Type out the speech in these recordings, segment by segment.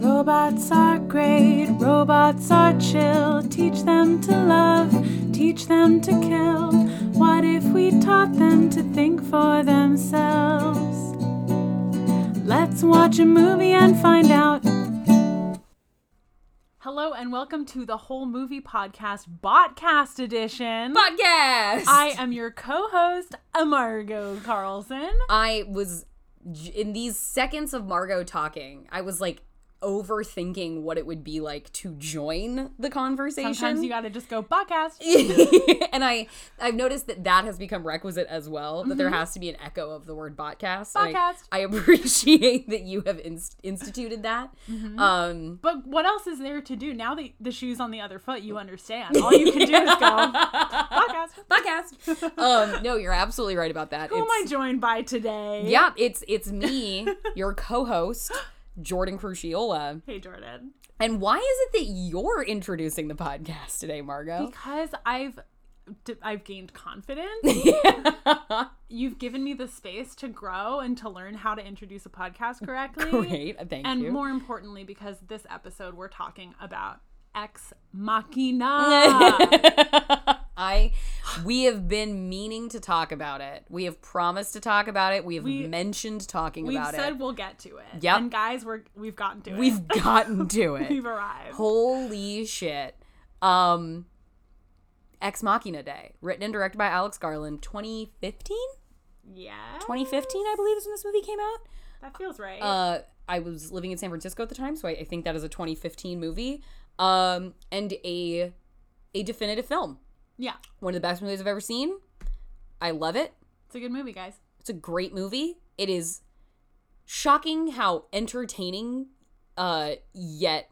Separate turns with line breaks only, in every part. Robots are great, robots are chill. Teach them to love, teach them to kill. What if we taught them to think for themselves? Let's watch a movie and find out. Hello and welcome to the Whole Movie Podcast Botcast Edition.
podcast.
I am your co-host, Amargo Carlson.
I was j- in these seconds of Margot talking. I was like overthinking what it would be like to join the conversation.
Sometimes you gotta just go podcast.
and I I've noticed that that has become requisite as well. That there has to be an echo of the word podcast.
Mm-hmm.
and I-
Podcast.
I, appreciate that you have inst- instituted that.
Mm-hmm.
Um,
But what else is there to do? Now the the shoe's on the other foot, you understand. All you can do is go podcast.
podcast. um, no, you're absolutely right about that.
Who am
It's-
I joined by today?
Yeah, it's it's me, your co-host Jordan Cruciola.
Hey Jordan.
And why is it that you're introducing the podcast today, Margot?
Because I've d- I've gained confidence. You've given me the space to grow and to learn how to introduce a podcast correctly.
Great, uh, thank
And
you.
more importantly, because this episode we're talking about ex machina.
I we have been meaning to talk about it. We have promised to talk about it. We have
We-
mentioned talking
We've
about
said
it.
we'll get to it.
Yep.
And guys, we're we've gotten to it.
We've gotten to
We've
it.
arrived.
Holy shit. Um Ex Machina Day, written and directed by Alex Garland, 2015?
yeah.
2015, I believe is when this movie came out.
That feels right.
uh, I was living in San Francisco at the time, so I, I think that is a 2015 movie, um, and a a definitive film.
yeah.
One of the best movies I've ever seen. I love it.
It's a good movie, guys.
It's a great movie. It is shocking how entertaining, uh, yet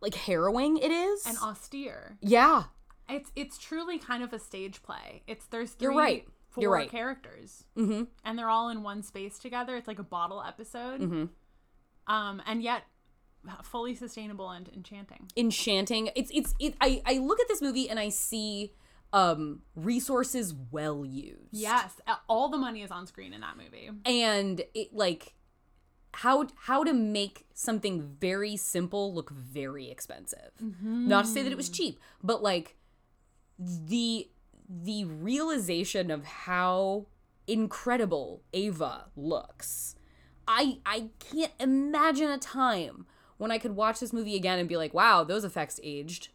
like harrowing it is.
And austere.
yeah,
It's it's truly kind of a stage play. It's there's 3
You're right.
four
You're right.
characters.
hmm
and they're all in one space together. It's like a bottle episode.
Mhm.
Um, and yet fully sustainable and enchanting.
enchanting. It's it's it. I I look at this movie and I see um resources well used.
Yes, a- all the money is on screen in that movie.
and it like how how to make something very simple look very expensive not to say that it was cheap but like the the realization of how incredible ava looks i i can't imagine a time when i could watch this movie again and be like wow those effects aged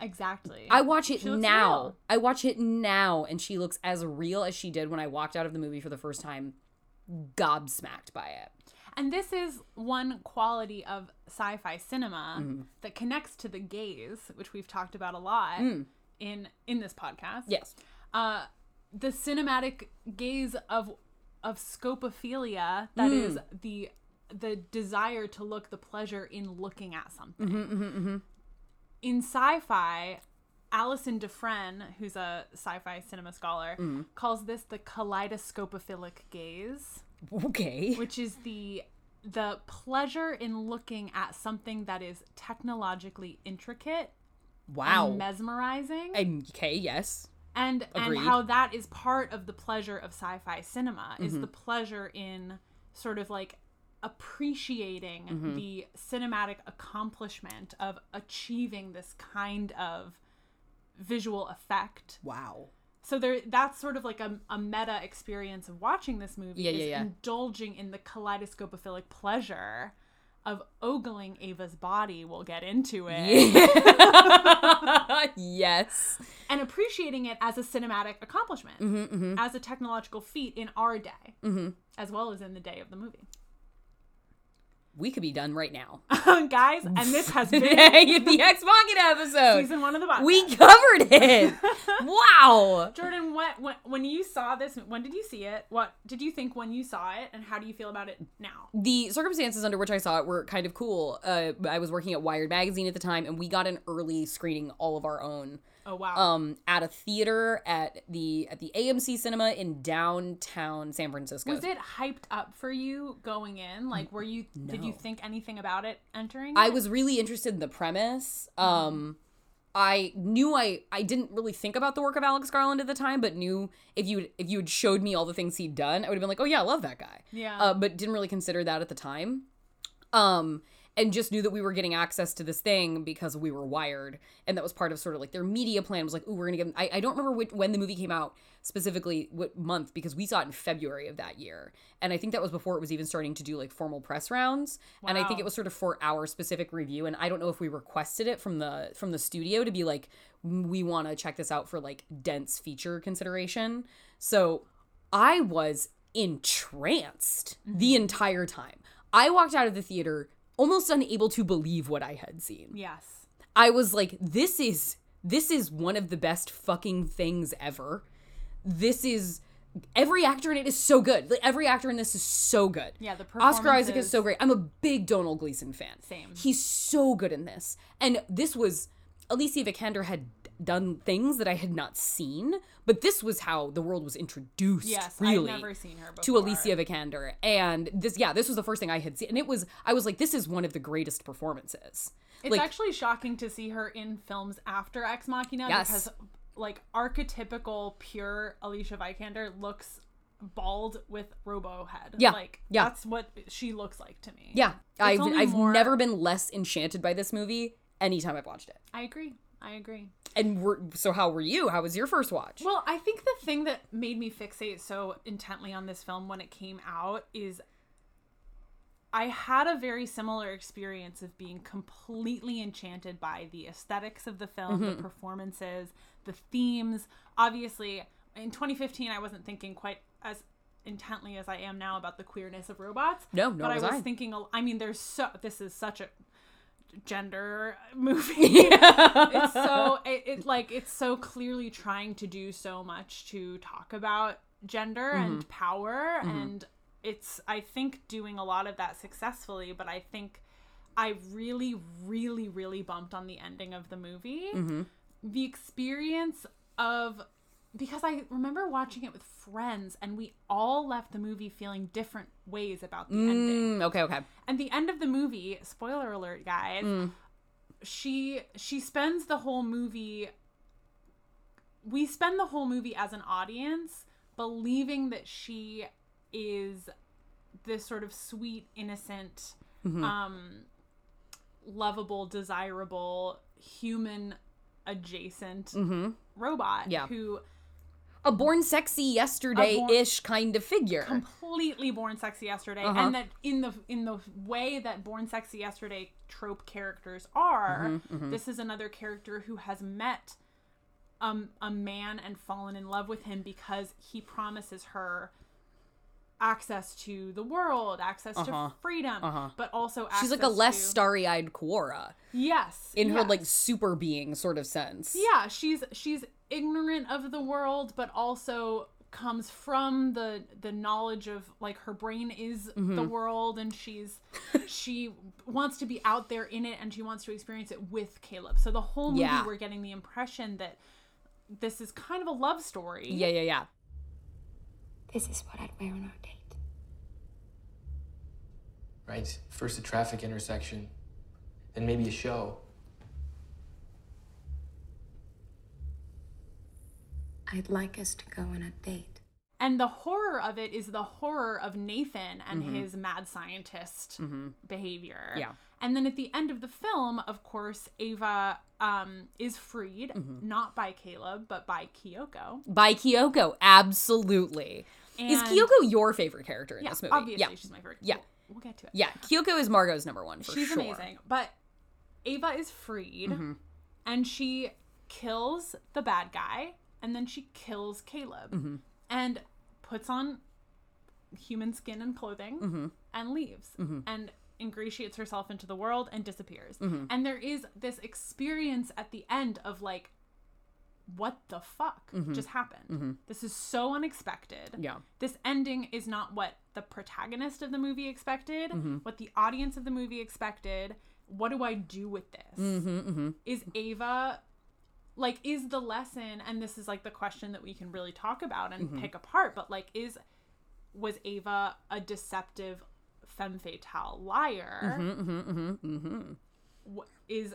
Exactly.
I watch it
She looks
now.
real.
I watch it now, and she looks as real as she did when I walked out of the movie for the first time, gobsmacked by it.
and this is one quality of sci-fi cinema
Mm-hmm.
that connects to the gaze, which we've talked about a lot
Mm.
in in this podcast.
Yes.
Uh, the cinematic gaze of of scopophilia that is the the desire to look the pleasure in looking at something in sci-fi alison defren who's a sci-fi cinema scholar calls this the kaleidoscopophilic gaze
Okay.
which is the the pleasure in looking at something that is technologically intricate
Wow.
mesmerizing
And okay. Yes.
and
Agreed.
and how that is part of the pleasure of sci-fi cinema
Mm-hmm.
is the pleasure in sort of like appreciating
Mm-hmm.
the cinematic accomplishment of achieving this kind of visual effect
Wow.
so there that's sort of like a, a meta experience of watching this movie
Yeah,
is
yeah, yeah.
indulging in the kaleidoscopophilic pleasure of ogling ava's body we'll get into it
yes.
and appreciating it as a cinematic
Mm-hmm.
accomplishment, as a technological feat in our day, as well as in the day of the movie.
We could be done right now.
Guys, and this has been
Today, the Ex Machina episode.
season one of the podcast.
we covered it. wow.
Jordan, what, what when you saw this? When did you see it? What did you think when you saw it, and how do you feel about it now?
the circumstances under which I saw it were kind of cool. Uh, I was working at Wired magazine at the time, and we got an early screening all of our own
Oh wow,
um, at a theater at the at the AMC cinema in downtown San Francisco.
was it hyped up for you going in? Like, were you? Did you
No.
think anything about it entering?
I
it?
was really interested in the premise. Um, I knew I I didn't really think about the work of Alex Garland at the time, but knew if you if you had showed me all the things he'd done, I would have been like, oh yeah, I love that guy.
Yeah.
Uh, but didn't really consider that at the time. Um, and just knew that we were getting access to this thing because we were wired and that was part of sort of like their media plan was like ooh we're gonna give them I, I don't remember which, when the movie came out specifically what month because we saw it in February of that year and I think that was before it was even starting to do like formal press rounds and I think
Wow.
it was sort of for our specific review and I don't know if we requested it from the from the studio to be like we want to check this out for like dense feature consideration so I was entranced the entire time. I walked out of the theater almost unable to believe what I had seen.
Yes.
I was like this is this is one of the best fucking things ever. This is every actor in it is so good. Like, every actor in this is so good.
Yeah, the
Oscar Isaac is
performances-
so great. I'm a big Donald Gleason fan.
Same.
He's so good in this. And this was Alicia Vikander had done things that I had not seen, but this was how the world was introduced.
Yes.
really
I've never seen her before.
to Alicia Vikander. And this, yeah, this was the first thing I had seen. And it was, I was like, this is one of the greatest performances.
It's
like,
actually shocking to see her in films after Ex Machina
Yes.
because like archetypical pure Alicia Vikander looks bald with robo head.
Yeah,
Like
yeah.
that's what she looks like to me.
yeah, I've,
only
I've
more-
never been less enchanted by this movie anytime I've watched it.
I agree. I agree.
And we're, so how were you? How was your first watch?
Well, I think the thing that made me fixate so intently on this film when it came out is I had a very similar experience of being completely enchanted by the aesthetics of the film,
Mm-hmm.
the performances, the themes. Obviously, in 2015, I wasn't thinking quite as intently as I am now about the queerness of robots.
No, nor
but
was
I was
I.
thinking. a- I mean, there's so this is such a gender movie it's so it, it like it's so clearly trying to do so much to talk about gender and power and it's i think doing a lot of that successfully but i think i really really really bumped on the ending of the movie the experience of because i remember watching it with friends and we all left the movie feeling different ways about the ending
Mm, okay, okay.
and the end of the movie, spoiler alert, guys, she she spends the whole movie. We spend the whole movie as an audience believing that she is this sort of sweet, innocent, um, lovable, desirable, human adjacent robot
Mm. Yeah.
who
Mm-hmm. A born sexy yesterday ish kind of figure.
completely born sexy yesterday
Uh-huh.
and that in the in the way that born sexy yesterday trope characters are
Mm-hmm,
this is another character who has met um, a man and fallen in love with him because he promises her access to the world access to freedom but also access
Uh-huh. She's like a less
to,
starry eyed Quora
yes
in her
yes.
like super being sort of sense.
Yeah, she's she's ignorant of the world, but also comes from the the knowledge of like her brain is the world and she's she wants to be out there in it and she wants to experience it with Caleb. So the whole movie
Yeah.
we're getting the impression that this is kind of a love story.
Yeah, yeah, yeah.
This is what I'd wear on our date.
Right? First a traffic intersection, then maybe a show.
I'd like us to go on a date.
And the horror of it is the horror of Nathan and his mad scientist behavior.
Mm-hmm. Yeah.
And then at the end of the film, of course, Ava um, is freed,
Mm-hmm.
not by Caleb, but by Kyoko.
By Kyoko, absolutely. is
And-
Kyoko your favorite character in
Yeah,
this movie?
obviously,
yeah.
she's my favorite.
Yeah.
We'll, we'll get to it.
Yeah, Kyoko is Margot's number one for
she's
sure. Mm-hmm.
amazing. But Ava is freed, and she kills the bad guy, and then she kills Caleb,
Mm-hmm.
and puts on human skin and clothing, and leaves, and ingratiates herself into the world and disappears. And there is this experience at the end of like. What the fuck just happened? This is so unexpected
Yeah.
this ending is not what the protagonist of the movie expected, what the audience of the movie expected. What do I do with this? Is Ava like is the lesson and this is like the question that we can really talk about and
Mm-hmm.
pick apart, but like is was Ava a deceptive femme fatale liar?
Mm-hmm,
Wh- Is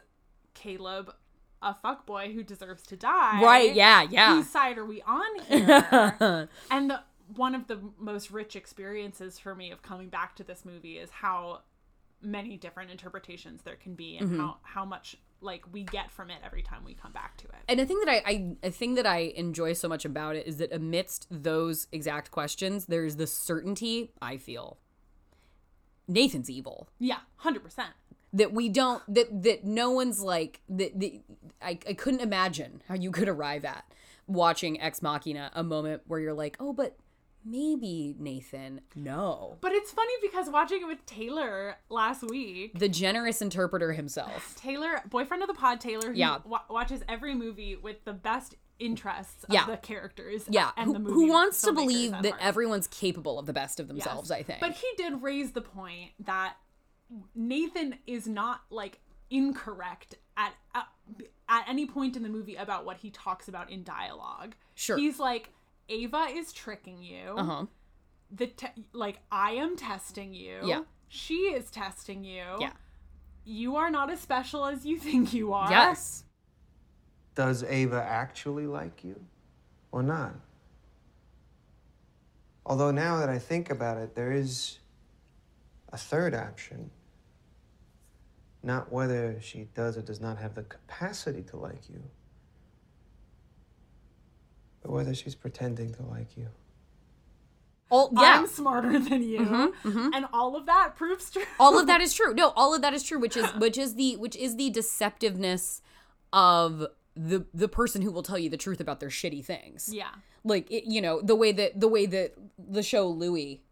Caleb a fuckboy who deserves to die?
Right, yeah, yeah.
whose side are we on here? and the, one of the most rich experiences for me of coming back to this movie is how many different interpretations there can be and
Mm-hmm.
how, how much like we get from it every time we come back to it.
And a thing that I, I a thing that I enjoy so much about it is that amidst those exact questions, there is the certainty I feel Nathan's evil.
Yeah, 100%.
That we don't that that no one's like that, that I, I couldn't imagine how you could arrive at watching Ex Machina a moment where you're like, oh, but maybe Nathan. No.
But it's funny because watching it with Taylor last week,
The generous interpreter himself.
Taylor, boyfriend of the pod, Taylor, who
Yeah.
wa- watches every movie with the best interests of
Yeah.
the characters
Yeah.
and
who,
the
who
movie
wants to
filmmakers
believe
and
that
artists.
everyone's capable of the best of themselves, I think.
But he did raise the point that Nathan is not like incorrect at at, at any point in the movie about what he talks about in dialogue.
Sure.
He's like Ava is tricking you.
uh-huh.
The te- like I am testing you.
Yeah.
She is testing you.
Yeah.
You are not as special as you think you are.
Yes.
Does Ava actually like you or not? Although now that I think about it, there is a third option. Not whether she does or does not have the capacity to like you, but whether she's pretending to like you.
All, yeah. Mm-hmm.
I'm smarter than you. And all of that proves true.
all of that is true. No, all of that is true, which is which is the which is the deceptiveness of the the person who will tell you the truth about their shitty things.
yeah.
Like it, you know, the way that the way that the show Louis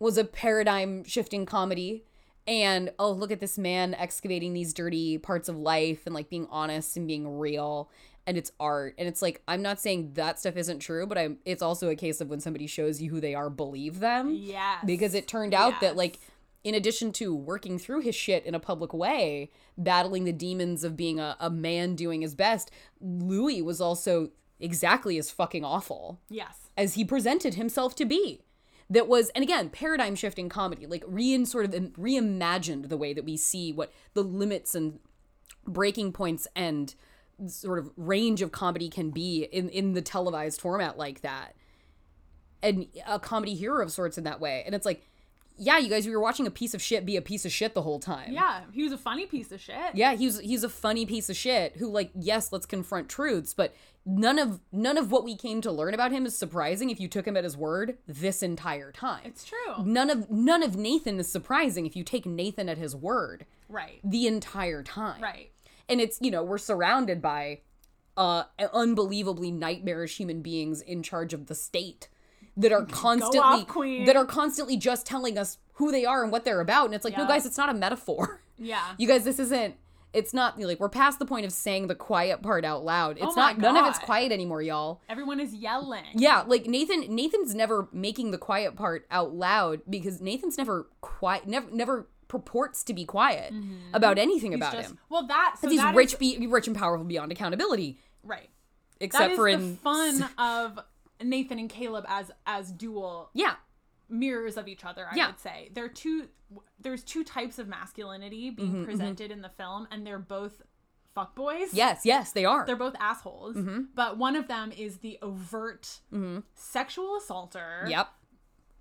was a paradigm shifting comedy and oh look at this man excavating these dirty parts of life and like being honest and being real and it's art and it's like i'm not saying that stuff isn't true but i'm it's also a case of when somebody shows you who they are believe them
Yes.
because it turned out that
Yes.
like in addition to working through his shit in a public way battling the demons of being a, a man doing his best louis was also exactly as fucking awful
Yes.
as he presented himself to be that was and again paradigm shifting comedy like re sort of im- reimagined the way that we see what the limits and breaking points and sort of range of comedy can be in in the televised format like that and a comedy hero of sorts in that way and it's like yeah you guys we were watching a piece of shit be a piece of shit the whole time
Yeah. He was a funny piece of shit.
yeah, he's he's a funny piece of shit who like yes, let's confront truths, but none of none of what we came to learn about him is surprising if you took him at his word this entire time.
It's true.
none of none of Nathan is surprising if you take Nathan at his word
Right.
the entire time.
Right.
And it's, you know, we're surrounded by uh unbelievably nightmarish human beings in charge of the state that are constantly
queen.
that are constantly just telling us who they are and what they're about and it's like, no
Yeah.
guys, it's not a metaphor.
Yeah.
you guys this isn't it's not like we're past the point of saying the quiet part out loud it's
Oh my
not none of it's
God.
quiet anymore y'all
Everyone is yelling.
yeah like nathan nathan's never making the quiet part out loud because nathan's never quiet never never purports to be quiet about anything about
Mm-hmm. Just-
him
Well, that so
But he's
that
rich
is-
be rich and powerful beyond accountability
right. That
except
is
for
the
in
fun of Nathan and Caleb as as dual
yeah
mirrors of each other. I
Yeah.
would say there are two. There's two types of masculinity
Mm-hmm,
being presented in the film, and they're both fuckboys.
yes yes they are
They're both assholes,
Mm-hmm.
but one of them is the overt sexual assaulter.
yep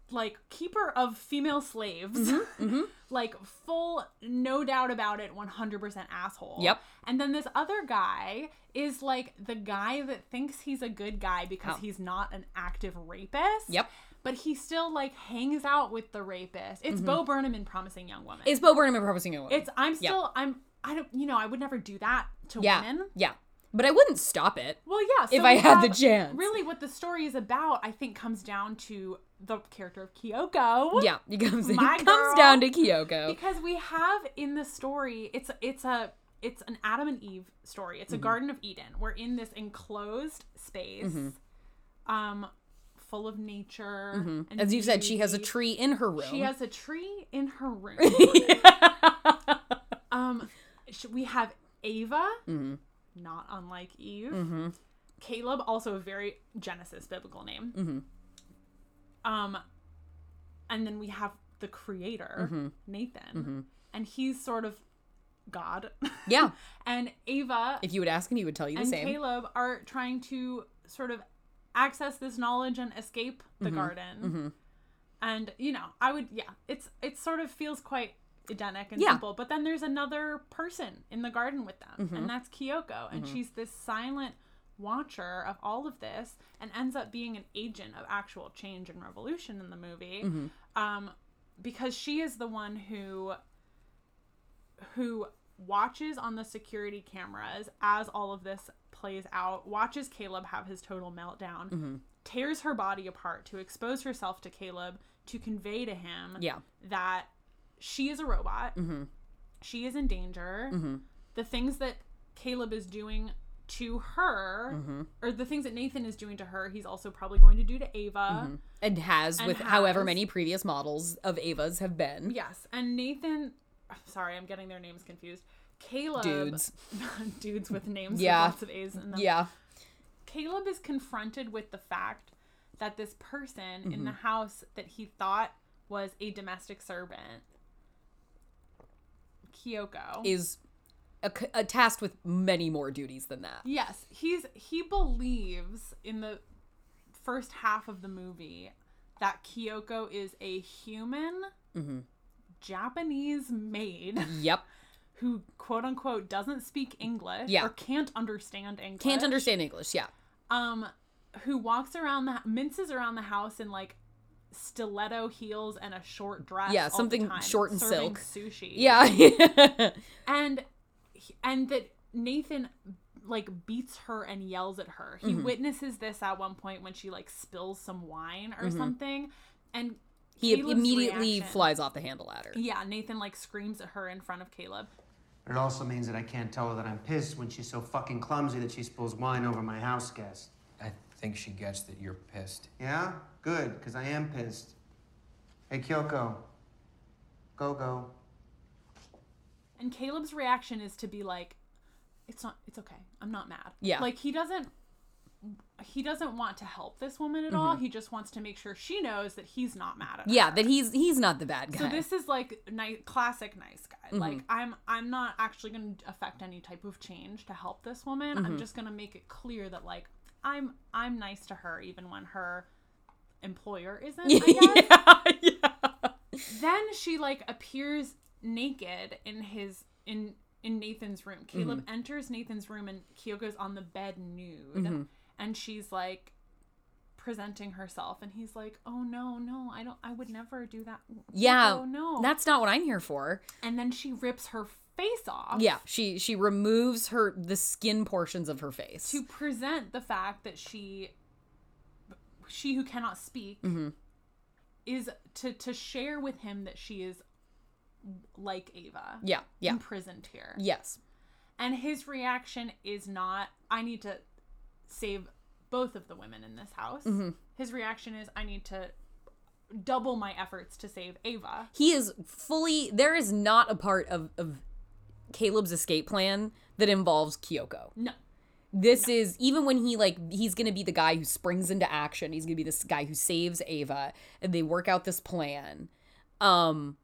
like keeper of female slaves
Mm-hmm,
like full no doubt about it 100% asshole
Yep.
and then this other guy is like the guy that thinks he's a good guy because
Oh.
he's not an active rapist
Yep.
but he still like hangs out with the rapist it's
Mm-hmm.
bo burnham in promising young woman
is bo burnham a promising young woman
it's i'm still i'm i don't you know i would never do that to
yeah
women
yeah but i wouldn't stop it
well, yeah. So
If I
we
had
have-
the chance.
really, what the story is about, I think, comes down to the character of Kyoko.
yeah it comes, it
My
comes
girl.
down to kyoko
because we have in the story it's it's a it's an adam and eve story
Mm-hmm.
it's a garden of eden we're in this enclosed space um full of nature and
Mm-hmm. As you said, she has a
beauty.
tree in her room.
she has a tree in her room um sh- we have ava not unlike eve caleb also a very genesis biblical name um and then we have the creator nathan and he's sort of god
yeah.
and ava
If you would ask him, he would tell you the
and
same.
caleb are
Mm-hmm.
trying to sort of access this knowledge and escape the garden and you know i would yeah it's it sort of feels quite Edenic and
Yeah.
simple, but then there's another person in the garden with them,
Mm-hmm.
and that's Kyoko, and she's this silent watcher of all of this, and ends up being an agent of actual change and revolution in the movie,
Mm-hmm.
um, because she is the one who who watches on the security cameras as all of this plays out, watches Caleb have his total meltdown, tears her body apart to expose herself to Caleb to convey to him
Yeah.
that she is a robot, she is in danger. The things that Caleb is doing to her, or the things that Nathan is doing to her, he's also probably going to do to Ava.
and has with however
has.
many previous models of Ava's have been.
Yes, and Nathan. I'm sorry, I'm getting their names confused. Caleb,
Dudes.
dudes with names,
Yeah.
with lots of A's in them.
Yeah.
Caleb is confronted with the fact that this person in
Mhm.
the house that he thought was a domestic servant, Kyoko,
Is a, c- a tasked with many more duties than that.
Yes, he's he believes in the first half of the movie that Kyoko is a human
Mm-hmm.
Japanese maid
Yep.
who quote unquote doesn't speak English
Yeah.
or can't understand English.
Can't understand English. Yeah.
um who walks around the minces around the house in like stiletto heels and a short dress.
Yeah,
all the
something
time,
short and
serving
silk.
Sushi.
Yeah.
and and that Nathan like beats her and yells at her.
Mm-hmm.
He witnesses this at one point when she like spills some wine or something, and
Mm-hmm. he
Caleb's
immediately
reaction-
flies off the handle at her.
Yeah, Nathan like screams at her in front of Caleb.
But it also means that I can't tell her that I'm pissed when she's so fucking clumsy that she spills wine over my house guest.
I think she gets that you're pissed.
Yeah? Good, because I am pissed. Hey, Kyoko. Go, go.
And Caleb's reaction is to be like, "It's not. It's okay. I'm not mad."
Yeah.
like he doesn't. He doesn't want to help this woman at all. He just wants to make sure she knows that he's not mad at her.
Mm-hmm. Yeah, that he's he's not the bad guy.
So this is like nice, classic nice guy.
Mm-hmm.
Like I'm, I'm not actually going to affect any type of change to help this woman.
Mm-hmm.
I'm just going to make it clear that like I'm, I'm nice to her even when her employer isn't. I guess.
yeah, yeah.
Oh, Then she like appears naked in his in in Nathan's room. Caleb
Mm-hmm.
enters Nathan's room and Kyoko's on the bed nude,
Mm-hmm.
and she's like presenting herself and he's like oh no no i don't i would never do that
Yeah.
oh no
That's not what I'm here for.
and then she rips her face off
Yeah, she she removes her the skin portions of her face.
to present the fact that she she who cannot speak
Mm-hmm.
is to to share with him that she is like Ava
yeah, yeah.
imprisoned here
Yes.
and his reaction is not I need to save both of the women in this house
Mm-hmm.
his reaction is I need to double my efforts to save Ava
he is fully there is not a part of, of caleb's escape plan that involves kyoko
no
this is even when he like he's gonna be the guy who springs into action he's gonna be this guy who saves ava and they work out this plan um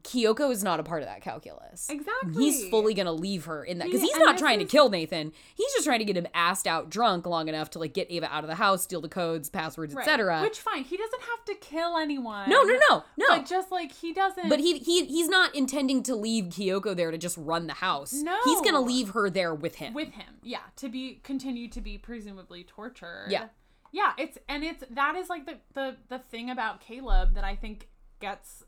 kyoko is not a part of that calculus
Exactly.
he's fully gonna leave her in that because
He-
he's
and
not
this
trying
is-
to kill nathan he's just trying to get him assed out drunk long enough to like get ava out of the house steal the codes passwords
Right.
etc
which fine he doesn't have to kill anyone
no no no no
but just like he doesn't
But he he he's not intending to leave Kyoko there to just run the house.
No.
he's gonna leave her there with him.
with him yeah to be continue to be presumably tortured
Yeah.
yeah it's and it's that is like the the, the thing about caleb that i think gets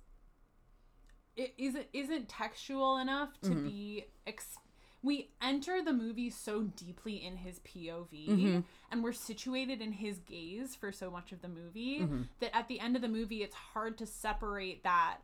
it isn't isn't textual enough to
Mm-hmm.
be ex- we enter the movie so deeply in his POV
Mm-hmm.
and we're situated in his gaze for so much of the movie
Mm-hmm.
that at the end of the movie it's hard to separate that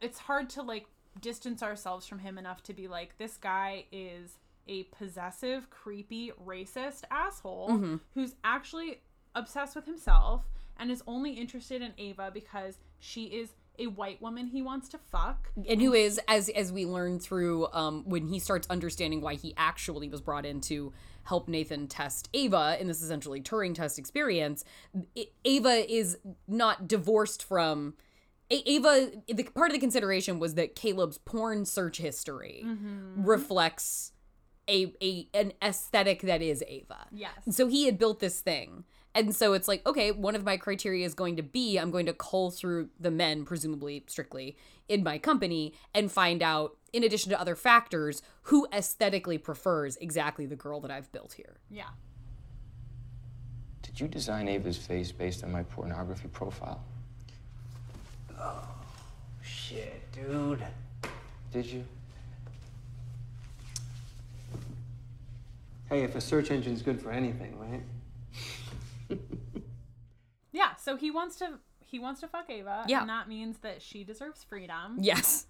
it's hard to like distance ourselves from him enough to be like this guy is a possessive creepy racist asshole who's actually obsessed with himself and is only interested in ava because she is a white woman he wants to fuck
and who is as as we learn through um, when he starts understanding why he actually was brought in to help Nathan test Ava in this essentially Turing test experience. I- Ava is not divorced from. A- Ava, the part of the consideration was that Caleb's porn search history
Mm-hmm.
reflects a, a an aesthetic that is Ava.
yes
So he had built this thing And so it's like, okay, one of my criteria is going to be I'm going to cull through the men, presumably strictly, in my company and find out, in addition to other factors, who aesthetically prefers exactly the girl that I've built here.
Yeah.
Did you design Ava's face based on my pornography profile?
Oh, Shit, dude.
Did you?
Hey, if a search engine's good for anything, right?
Yeah. So he wants to he wants to fuck Ava.
Yeah.
And that means that she deserves freedom.
Yes.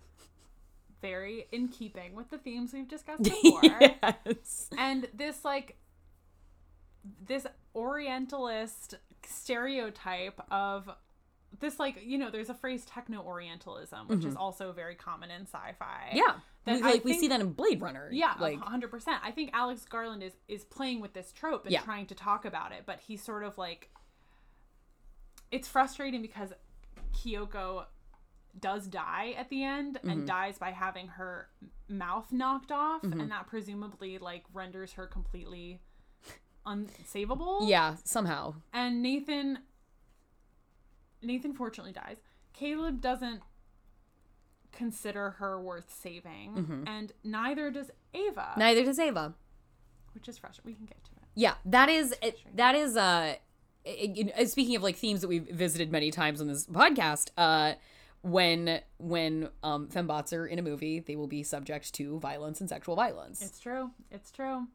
Very in keeping with the themes we've discussed before.
yes.
And this like this Orientalist stereotype of this like you know there's a phrase techno orientalism which is also very common in sci-fi
Mm-hmm. Yeah.
That
We-
I
like we see
think-
that in Blade Runner.
Yeah,
Like
like hundred percent. I think Alex Garland is is playing with this trope and
Yeah.
trying to talk about it, but he's sort of like it's frustrating because Kyoko does die at the end
Mm-hmm.
and dies by having her m- mouth knocked off,
Mm-hmm.
and that presumably like renders her completely unsavable.
Yeah, somehow.
And Nathan Nathan fortunately dies. Caleb doesn't consider her worth saving,
Mm-hmm.
and neither does Ava
Neither does Ava.
which is frustrating. We can get to it.
Yeah, that is it- that is uh it- you know, speaking of like themes that we've visited many times on this podcast, uh when when um fembots are in a movie, they will be subject to violence and sexual violence.
It's true. It's true.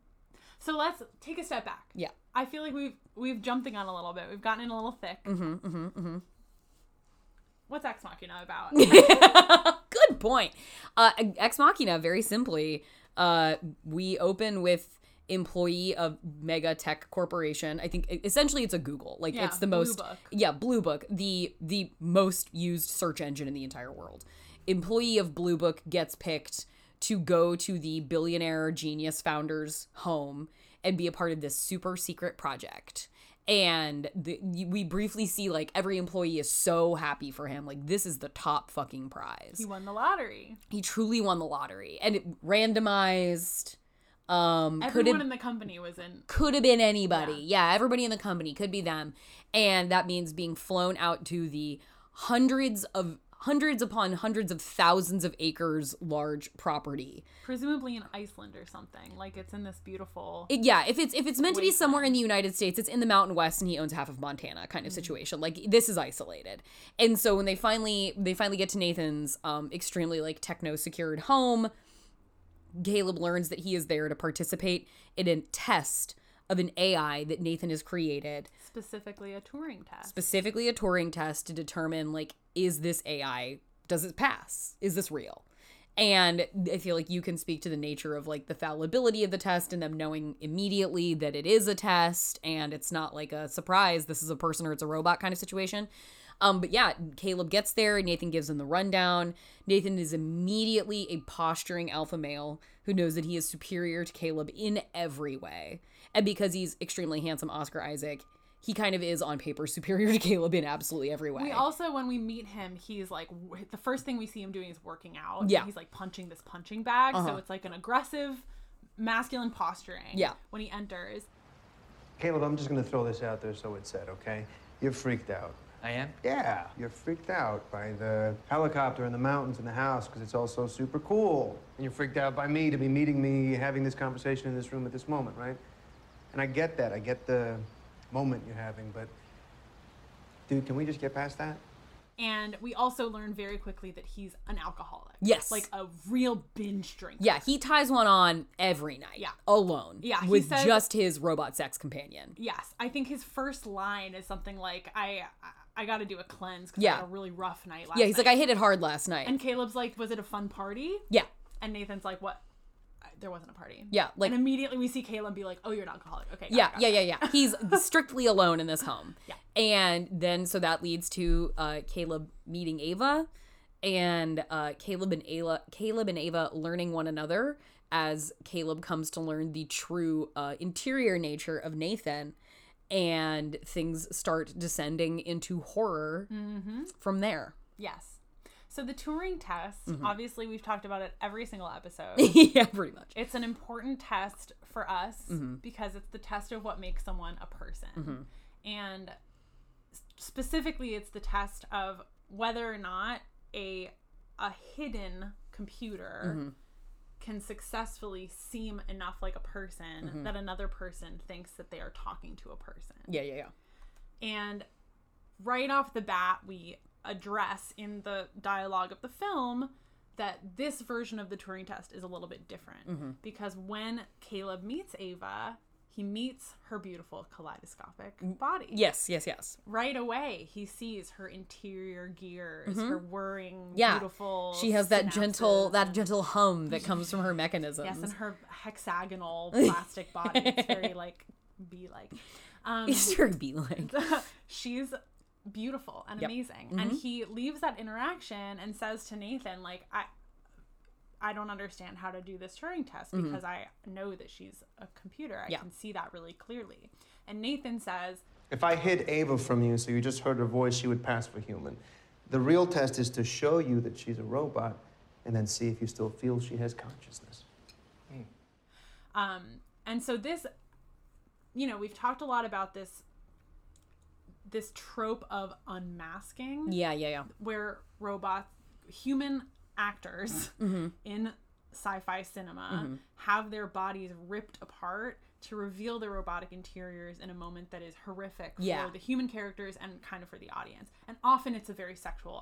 So let's take a step back.
yeah.
I feel like we've we've jumped the gun a little bit. We've gotten in a little thick. Mm-hmm, mm-hmm, mm-hmm. What's Ex Machina about?
Good point. Uh Ex Machina very simply, uh we open with employee of mega tech corporation. I think e, essentially it's a Google. Like
Yeah,
it's the
Blue
most
Book.
Yeah, Blue Book, the the most used search engine in the entire world. Employee of Blue Book gets picked to go to the billionaire genius founder's home and be a part of this super secret project. And the, we briefly see like every employee is so happy for him. Like this is the top fucking prize.
he won the lottery.
He truly won the lottery, and it randomized. Um, could
Everyone
have
in the company was in.
could have been anybody. Yeah. everybody in the company could be them. And that means being flown out to the hundreds of hundreds upon hundreds of thousands of acres large property.
Presumably in Iceland or something. Like it's in this beautiful.
It- yeah, if it's if it's meant to be somewhere in the United States, it's in the Mountain West and he owns half of Montana kind of situation. Like this is isolated. And so when they finally they finally get to Nathan's um extremely like techno secured home, Caleb learns that he is there to participate in a test of an AI that Nathan has created
specifically a touring test.
specifically a Turing test to determine like is this AI does it pass? Is this real? And I feel like you can speak to the nature of like the fallibility of the test and them knowing immediately that it is a test and it's not like a surprise this is a person or it's a robot kind of situation. Um, but yeah, Caleb gets there. Nathan gives him the rundown. Nathan is immediately a posturing alpha male who knows that he is superior to Caleb in every way. And because he's extremely handsome, Oscar Isaac, he kind of is on paper superior to Caleb in absolutely every way.
we also, when we meet him, he's like w- the first thing we see him doing is working out.
Yeah.
he's like punching this punching bag, so it's like an aggressive, masculine posturing.
Yeah.
when he enters,
Caleb, I'm just gonna throw this out there so it's said, okay? You're freaked out.
I am?
Yeah, you're freaked out by the helicopter in the mountains and the house because it's all so super cool. And you're freaked out by me to be meeting me, having this conversation in this room at this moment, right? And I get that. I get the moment you're having, but dude, can we just get past that?
and we also learn very quickly that he's an alcoholic.
Yes.
like a real binge drinker.
yeah, he ties one on every night.
Yeah.
Alone.
Yeah, he
With
says-
just his robot sex companion.
Yes, I think his first line is something like, "I, I, I got to do a cleanse because I
Yeah.
had a really rough night last."
Yeah, he's like,
night."
I hit it hard last night.
and Caleb's like, "Was it a fun party?"
yeah.
And Nathan's like, "What? I- There wasn't a party."
Yeah. Like
and immediately we see Caleb be like, "Oh, you're an alcoholic." Okay. got it,
yeah,
got
yeah,
it.
yeah, yeah. He's strictly alone in this home. Yeah. And then so that leads to uh, Caleb meeting Ava, and uh, Caleb and Ava, Caleb and Ava learning one another as Caleb comes to learn the true uh, interior nature of Nathan, and things start descending into horror
Mm-hmm.
from there.
Yes. So the Turing test,
Mm-hmm.
obviously, we've talked about it every single episode.
yeah, pretty much.
It's an important test for us because it's the test of what makes someone a person. and s- specifically it's the test of whether or not a a hidden computer can successfully seem enough like a person that another person thinks that they are talking to a person.
Yeah, yeah, yeah.
And right off the bat, we address in the dialogue of the film that this version of the Turing test is a little bit different
Mm-hmm.
because when Caleb meets Ava, he meets her beautiful kaleidoscopic
Mm,
body.
Yes, yes, yes.
Right away, he sees her interior gears, her whirring,
Mm-hmm. Yeah.
beautiful.
She has that gentle
synapses.
that gentle hum that comes from her mechanisms.
Yes, and her hexagonal plastic body. It's very like bee like. Um,
It's very be like.
she's beautiful and amazing and he leaves that interaction and says to nathan like i i don't understand how to do this turing test because i know that she's a computer i
Yeah.
can see that really clearly and nathan says
If I hid Ava from you so you just heard her voice, she would pass for human. The real test is to show you that she's a robot and then see if you still feel she has consciousness.
um and so this you know we've talked a lot about this this trope of unmasking
Yeah, yeah, yeah.
where robots, human actors
Mm-hmm.
in sci-fi cinema have their bodies ripped apart to reveal their robotic interiors in a moment that is horrific
Yeah.
for the human characters and kind of for the audience. And often it's a very sexual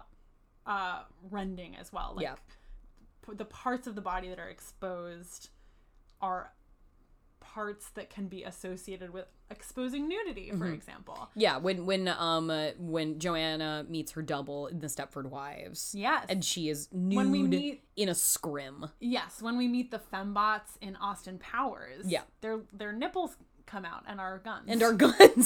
uh rending as well. Like
Yeah.
p- the parts of the body that are exposed are parts that can be associated with exposing nudity,
Mm-hmm.
for example.
Yeah, when when um uh, when Joanna meets her double in the Stepford Wives.
Yes.
And she is nude
we meet-
in a scrim.
Yes, when we meet the fembots in Austin Powers,
Yeah.
their their nipples come out and our guns
And our guns.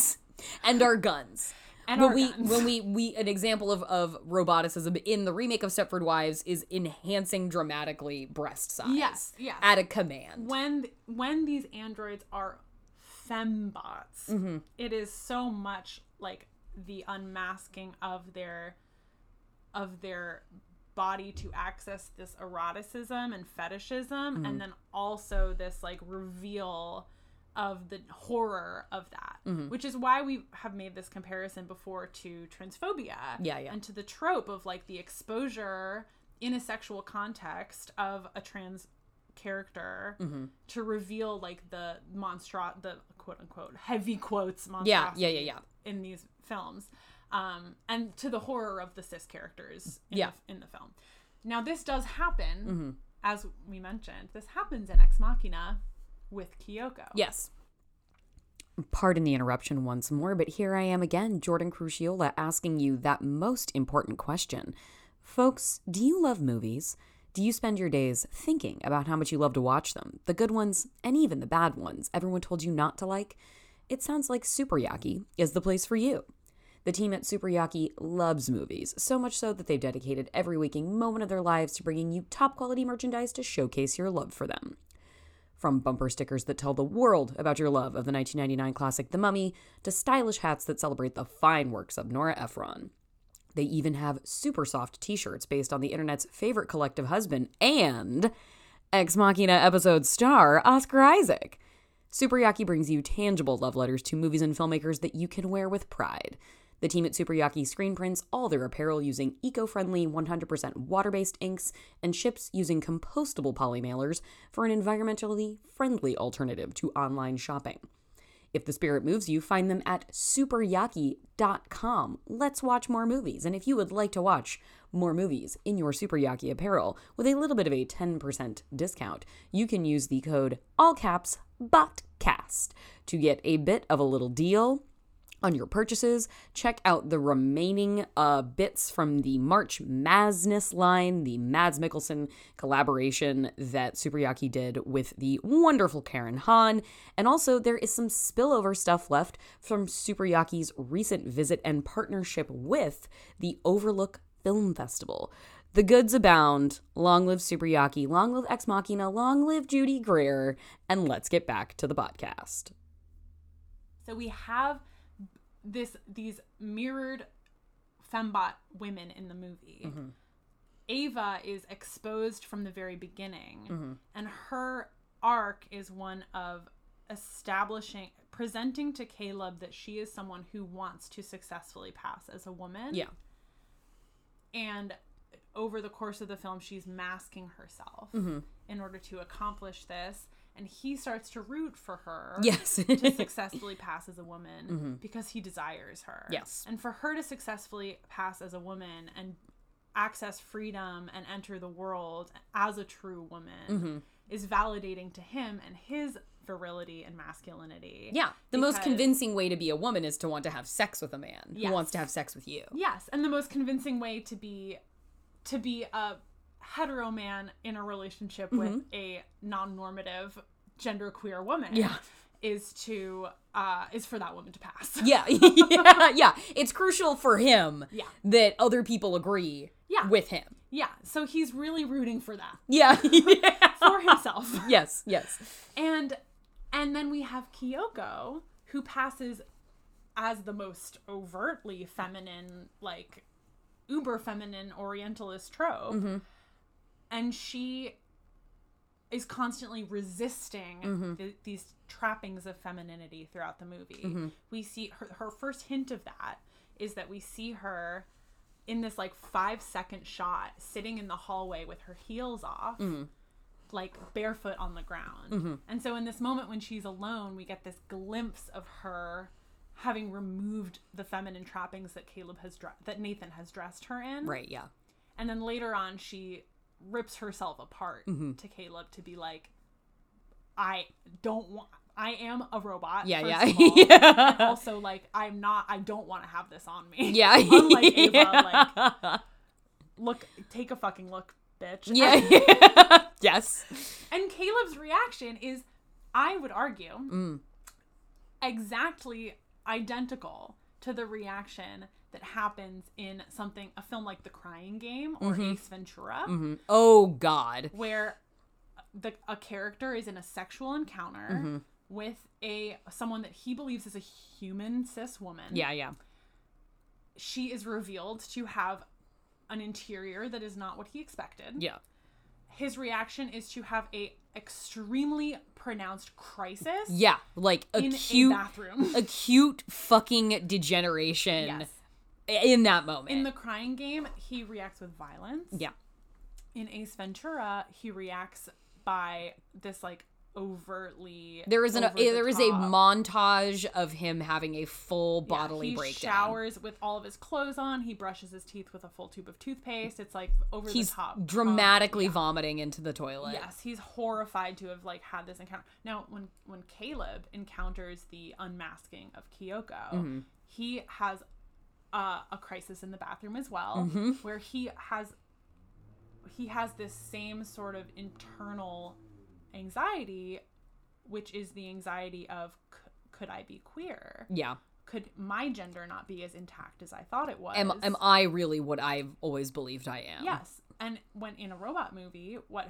and our guns.
and
when
our
we
guns.
when we we an example of of roboticism in the remake of Stepford Wives is enhancing dramatically breast size.
Yes, yes.
At a command.
when when these androids are fembots,
Mm-hmm.
it is so much like the unmasking of their of their body to access this eroticism and fetishism
Mm-hmm.
and then also this like reveal of the horror of that
Mm-hmm.
which is why we have made this comparison before to transphobia
Yeah, yeah.
and to the trope of like the exposure in a sexual context of a trans character
Mm-hmm.
to reveal like the monstro the quote unquote heavy quotes
yeah,
monstrosity
yeah, yeah, yeah.
in these films um, and to the horror of the cis characters in,
Yeah. Mm-hmm.
the, in the film now this does happen as we mentioned this happens in ex machina with kyoko
Yes. Pardon the interruption once more, but here I am again, Jordan Cruciola, asking you that most important question. Folks, do you love movies? Do you spend your days thinking about how much you love to watch them? The good ones and even the bad ones everyone told you not to like? It sounds like Super Yaki is the place for you. The team at Super Yaki loves movies, so much so that they've dedicated every waking moment of their lives to bringing you top quality merchandise to showcase your love for them. From bumper stickers that tell the world about your love of the 1999 classic The Mummy to stylish hats that celebrate the fine works of Nora Ephron. They even have super soft t shirts based on the internet's favorite collective husband and Ex Machina episode star Oscar Isaac. Superyaki brings you tangible love letters to movies and filmmakers that you can wear with pride. The team at Superyaki screen prints all their apparel using eco friendly, 100% water based inks and ships using compostable poly mailers for an environmentally friendly alternative to online shopping. If the spirit moves you, find them at superyaki.com. Let's watch more movies. And if you would like to watch more movies in your Superyaki apparel with a little bit of a 10% discount, you can use the code all caps BOTCAST to get a bit of a little deal on your purchases. Check out the remaining uh, bits from the March Madness line, the Mads Mikkelsen collaboration that Superyaki did with the wonderful Karen Hahn. And also, there is some spillover stuff left from Superyaki's recent visit and partnership with the Overlook Film Festival. The goods abound. Long live Superyaki, long live Ex Machina, long live Judy Greer, and let's get back to the podcast.
so we have this these mirrored fembot women in the movie Ava is exposed from the very beginning, and her arc is one of establishing, presenting to Caleb that she is someone who wants to successfully pass as a woman.
Yeah.
And over the course of the film, she's masking herself
Mm-hmm.
in order to accomplish this. And he starts to root for her
Yes. Mm-hmm.
to successfully pass as a woman because he desires her.
Yes.
And for her to successfully pass as a woman and access freedom and enter the world as a true woman
Mm-hmm.
is validating to him and his virility and masculinity.
yeah. The most
Because-
convincing way to be a woman is to want to have sex with a man
Yes.
who wants to have sex with you.
Yes, and the most convincing way to be to be a hetero man in a relationship with
Mm-hmm.
a non-normative genderqueer woman
Yeah.
is to uh is for that woman to pass.
Yeah. yeah. Yeah. It's crucial for him
Yeah.
that other people agree
Yeah.
with him.
Yeah, so he's really rooting for that
Yeah.
for himself.
yes. Yes.
And and then we have Kyoko who passes as the most overtly feminine like uber feminine orientalist trope.
Mm-hmm.
And she is constantly resisting th- these trappings of femininity throughout the movie. We see her, her first hint of that is that we see her in this like five second shot sitting in the hallway with her heels off like barefoot on the ground. And so in this moment when she's alone, we get this glimpse of her having removed the feminine trappings that Caleb has dre- that Nathan has dressed her in.
Right. Yeah.
And then later on she rips herself apart
Mm-hmm.
to Caleb to be like I don't want I am a robot.
Yeah,
first
yeah.
of all.
Yeah.
And also like I'm not I don't want to have this on me.
Yeah.
Unlike Ava, like look take a fucking look, bitch.
Yeah. yes.
And Caleb's reaction is, I would argue,
Mm.
exactly identical to the reaction that happens in something, a film like The Crying Game or
Mm-hmm.
Ace Ventura,
Oh God.
where the, a character is in a sexual encounter
Mm-hmm.
with a someone that he believes is a human cis woman.
Yeah. Yeah.
She is revealed to have an interior that is not what he expected.
Yeah.
His reaction is to have a extremely pronounced crisis.
Yeah. Like
in
acute,
a bathroom.
acute fucking degeneration
yes.
in that moment.
In the crying game, he reacts with violence.
yeah.
In Ace Ventura, he reacts by this like overtly
There is an eh,
over the
there is a
top.
montage of him having a full
Yeah,
bodily
he
breakdown.
showers with all of his clothes on. He brushes his teeth with a full tube of toothpaste. It's like over
He's
the top.
dramatically vomiting into the toilet.
Yes, he's horrified to have like had this encounter. Now, when when Caleb encounters the unmasking of Kyoko,
Mm-hmm.
he has uh, a crisis in the bathroom as well,
Mm-hmm.
where he has he has this same sort of internal anxiety, which is the anxiety of c- could I be queer?
Yeah.
Could my gender not be as intact as I thought it was?
Am am I really what I've always believed I am?
Yes, and when in a robot movie, what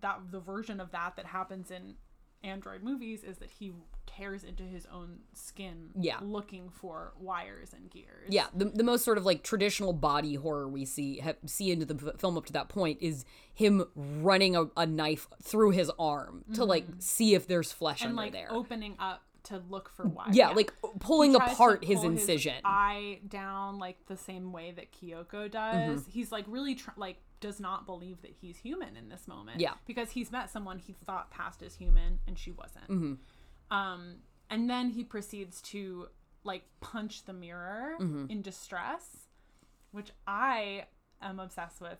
that the version of that that happens in Android movies is that he tears into his own skin,
Yeah.
looking for wires and gears.
Yeah, the, the most sort of like traditional body horror we see ha- see into the f- film up to that point is him running a, a knife through his arm to like see if there's flesh
Mm-hmm. and
under
like
there.
opening up to look for wires.
yeah, like pulling
He tries to
apart his
pull
incision.
eye down like the same way that Kyoko does.
Mm-hmm.
He's like really tr- like does not believe that he's human in this moment.
Yeah.
because he's met someone he thought passed as human and she wasn't.
Mm-hmm.
Um, and then he proceeds to like punch the mirror
Mm-hmm.
in distress, which I am obsessed with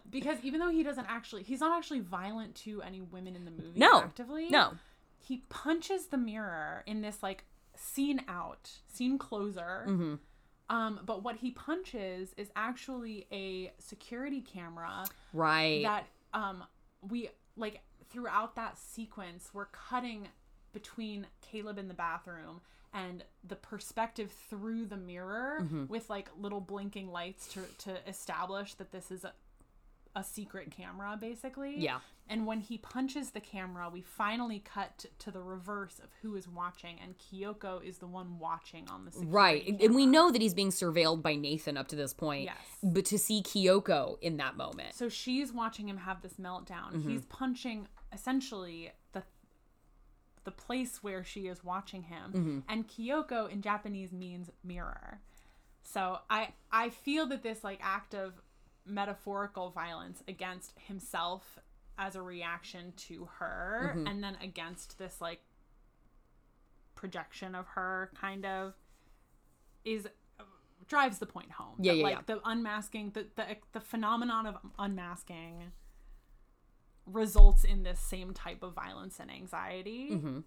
because even though he doesn't actually, he's not actually violent to any women in the movie.
No,
actively
no,
he punches the mirror in this like scene out scene closer
Mm-hmm.
um but what he punches is actually a security camera
right?
that um we like throughout that sequence we're cutting between Caleb in the bathroom and the perspective through the mirror
Mm-hmm.
with like little blinking lights to to establish that this is a a secret camera basically.
Yeah.
And when he punches the camera, we finally cut t- to the reverse of who is watching and Kyoko is the one watching on the security
Right, and-
camera.
and we know that he's being surveilled by Nathan up to this point.
Yes.
but to see Kyoko in that moment,
So she's watching him have this meltdown. He's punching essentially the the place where she is watching him. And Kyoko in Japanese means mirror. So I I feel that this like act of metaphorical violence against himself as a reaction to her and then against this like projection of her kind of is drives the point home.
Yeah,
That,
yeah,
like
yeah.
the unmasking the, the the phenomenon of unmasking results in this same type of violence and anxiety
Mm-hmm.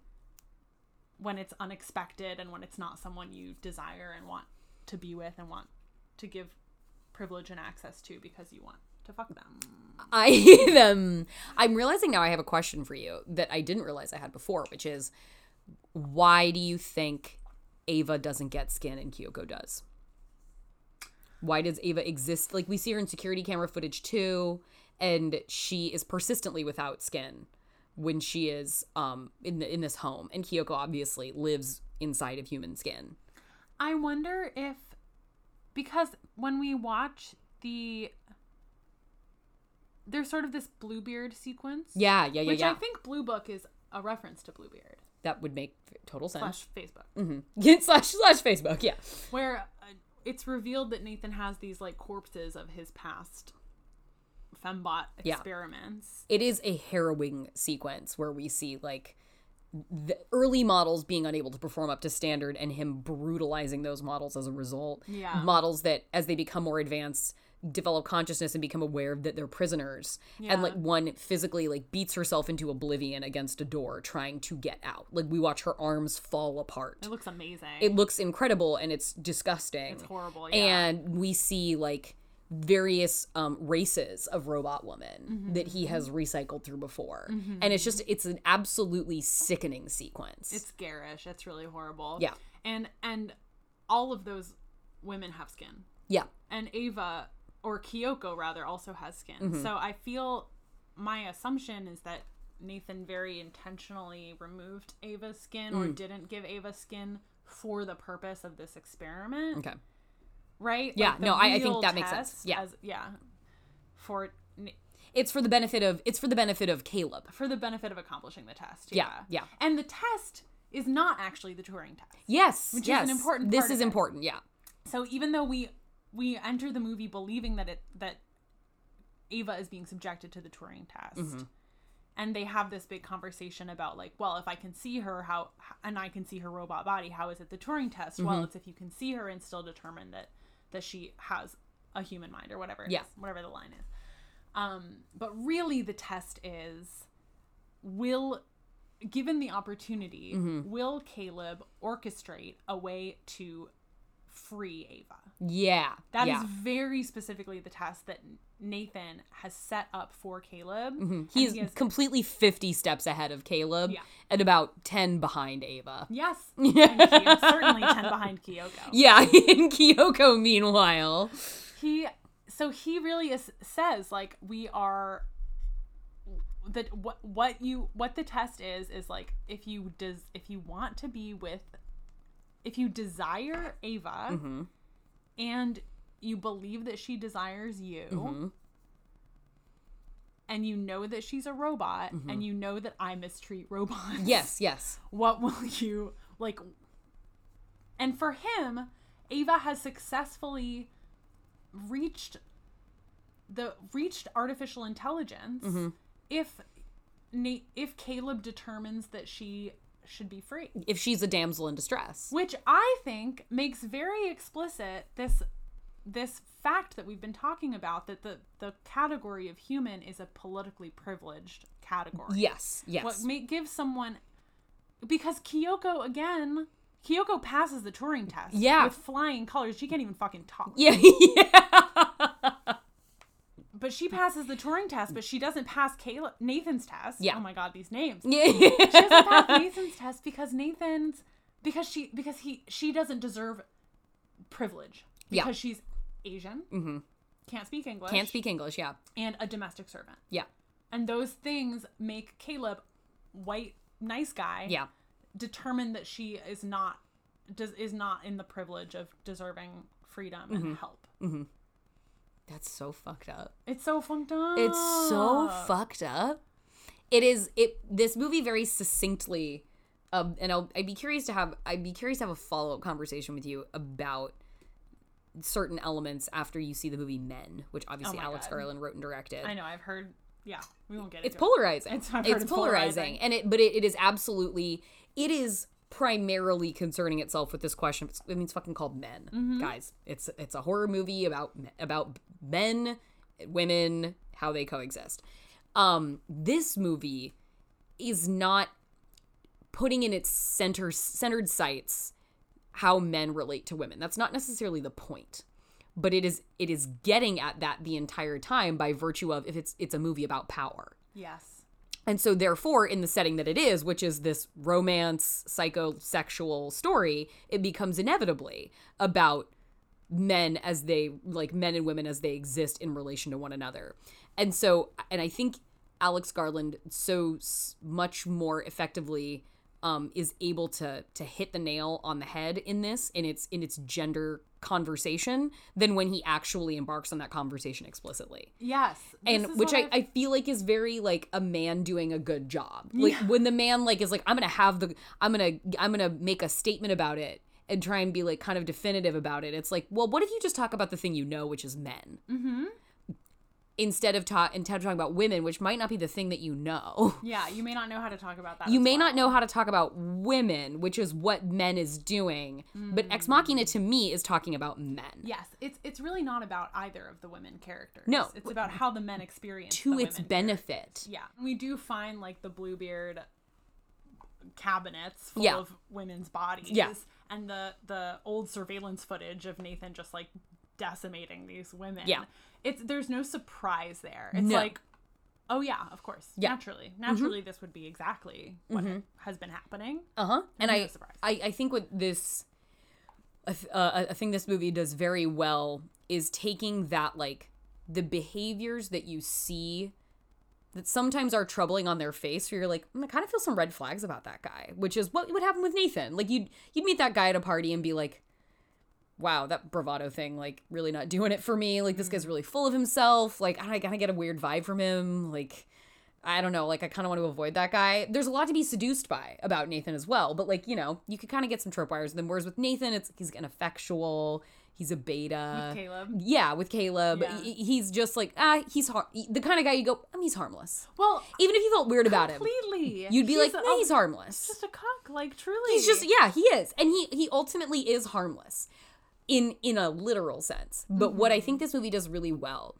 when it's unexpected and when it's not someone you desire and want to be with and want to give privilege and access to because you want to fuck them.
I them I'm realizing now I have a question for you that I didn't realize I had before, which is why do you think Ava doesn't get skin and Kyoko does? Why does Ava exist? Like we see her in security camera footage too, and she is persistently without skin when she is um in the in this home. And Kyoko obviously lives inside of human skin.
I wonder if because when we watch the there's sort of this Bluebeard sequence.
Yeah, yeah, yeah,
which
yeah.
I think Blue Book is a reference to Bluebeard
that would make total sense.
slash Facebook,
Mm. Slash slash, slash Facebook, yeah.
where uh, it's revealed that Nathan has these like corpses of his past fembot
Yeah.
experiments.
it is a harrowing sequence where we see like the early models being unable to perform up to standard and him brutalizing those models as a result.
Yeah.
Models that as they become more advanced develop consciousness and become aware that they're prisoners. And like one physically like beats herself into oblivion against a door trying to get out. Like we watch her arms fall apart
It looks amazing.
it looks incredible and it's disgusting. It's
horrible, yeah.
And we see like various um, races of robot woman
Mm-hmm,
that he has recycled through before, and it's just it's an absolutely sickening sequence.
It's garish. It's really horrible.
Yeah.
And and all of those women have skin.
yeah,
And Ava or Kyoko rather also has skin.
Mm-hmm.
So I feel my assumption is that Nathan very intentionally removed Ava's skin
Mm.
or didn't give Ava skin for the purpose of this experiment.
okay,
Right?
Yeah,
the
no, I- I think
real
that makes sense.
test
Yeah.
As, yeah. For Na-
it's for the benefit of it's for the benefit of Caleb.
for the benefit of accomplishing the test.
Yeah, yeah.
And the test is not actually the Turing test.
Yes,
Which is
yes.
an important
This
part
is
of it.
important. Yeah,
so even though we we enter the movie believing that it that Ava is being subjected to the Turing test. And they have this big conversation about like, well, if I can see her, how and I can see her robot body, how is it the Turing test? Well, it's if you can see her and still determine that that she has a human mind or whatever. it
Yeah.
is, whatever the line is. Um, but really, the test is will given the opportunity, will Caleb orchestrate a way to free Ava?
yeah,
That is
yeah.
very specifically the test that Nathan has set up for Caleb. And
He's
he has-
completely 50 steps ahead of Caleb
Yeah.
and about 10 behind Ava.
yes, and Kyo- certainly ten behind Kyoko.
Yeah, and Kyoko, meanwhile.
He so he really is, says like we are that what what you what the test is is like if you does if you want to be with if you desire Ava and you believe that she desires you and you know that she's a robot and you know that I mistreat robots
Yes, yes.
what will you like and for him ava has successfully reached the reached artificial intelligence if Na- if caleb determines that she should be free
If she's a damsel in distress.
which i think makes very explicit this this fact that we've been talking about that the the category of human is a politically privileged category
Yes, yes.
what may give someone because Kyoko again Kyoko passes the Turing test
Yeah.
with flying colors. She can't even fucking talk.
yeah, yeah.
But she passes the Turing test, but she doesn't pass Caleb Nathan's test.
Yeah.
Oh my god, these names.
yeah.
She doesn't pass Nathan's test because Nathan's because she because he she doesn't deserve privilege.
Yeah.
Because she's Asian. Mm-hmm. Can't speak English.
Can't speak English, yeah.
and a domestic servant.
Yeah.
And those things make Caleb white nice guy.
Yeah.
determine that she is not does is not in the privilege of deserving freedom
Mm-hmm.
and help.
That's so fucked up.
It's so fucked up.
It's
Ah.
so fucked up. It is it this movie very succinctly Um, and I'll, I'd be curious to have I'd be curious to have a follow up conversation with you about certain elements after you see the movie Men, which obviously
Oh my
Alex
God.
Garland wrote and directed.
I know. I've heard. Yeah, we won't get
It's
into it.
polarizing.
It's- I've heard it's polarizing.
and it but it, it is absolutely it is primarily concerning itself with this question. It's, I mean, it's fucking called Men,
Mm-hmm.
guys. It's it's a horror movie about me- about men, women, how they coexist. Um, this movie is not putting in its center centered sights how men relate to women. That's not necessarily the point. But it is it is getting at that the entire time by virtue of if it's it's a movie about power.
Yes.
And so, therefore, in the setting that it is, which is this romance, psychosexual story, it becomes inevitably about men as they, like men and women as they exist in relation to one another. And so, and I think Alex Garland so s- much more effectively um, is able to to hit the nail on the head in this in its in its gender conversation than when he actually embarks on that conversation explicitly
Yes. This
and
is
which
what
I,
I've-
I feel like is very like a man doing a good job like when the man like is like i'm gonna have the i'm gonna i'm gonna make a statement about it and try and be like kind of definitive about it it's like well what if you just talk about the thing you know which is men mm-hmm. instead of ta- instead of talking about women which might not be the thing that you know
Yeah, you may not know how to talk about that.
you
as
may
well.
not know how to talk about women which is what men is doing but
Mm.
ex machina to me is talking about men
Yes, it's it's really not about either of the women characters.
No.
it's about how the men experience
to
the
its
women.
benefit
Yeah, we do find like the Bluebeard cabinets full
Yeah.
of women's bodies.
Yeah.
and the the old surveillance footage of Nathan just like decimating these women.
Yeah.
it's there's no surprise there. It's
No.
like, oh yeah, of course,
Yeah. Mm-hmm.
naturally, naturally, this would be exactly what has been happening.
Uh huh. And I,
surprise.
I, I think what this, a, th- uh, a thing this movie does very well is taking that like the behaviors that you see that sometimes are troubling on their face where you're like "Mm, i kind of feel some red flags about that guy which is what would happen with nathan like you'd you'd meet that guy at a party and be like wow that bravado thing like really not doing it for me like this guy's
Mm.
really full of himself like i kind of get a weird vibe from him like I don't know, like I kind of want to avoid that guy. There's a lot to be seduced by about Nathan as well, but like you know, you could kind of get some trope wires. Then whereas with Nathan, it's he's ineffectual, he's a beta.
Caleb.
yeah, with Caleb,
Yeah.
he- he's just like ah, he's har- the kind of guy you go, I mean, he's harmless.
Well,
Even if you felt weird about him,
completely.
you'd be like,
a-
no, he's harmless.
just a cock, like truly.
He's just yeah, he is, and he he ultimately is harmless in in a literal sense. But what I
Mm-hmm.
think this movie does really well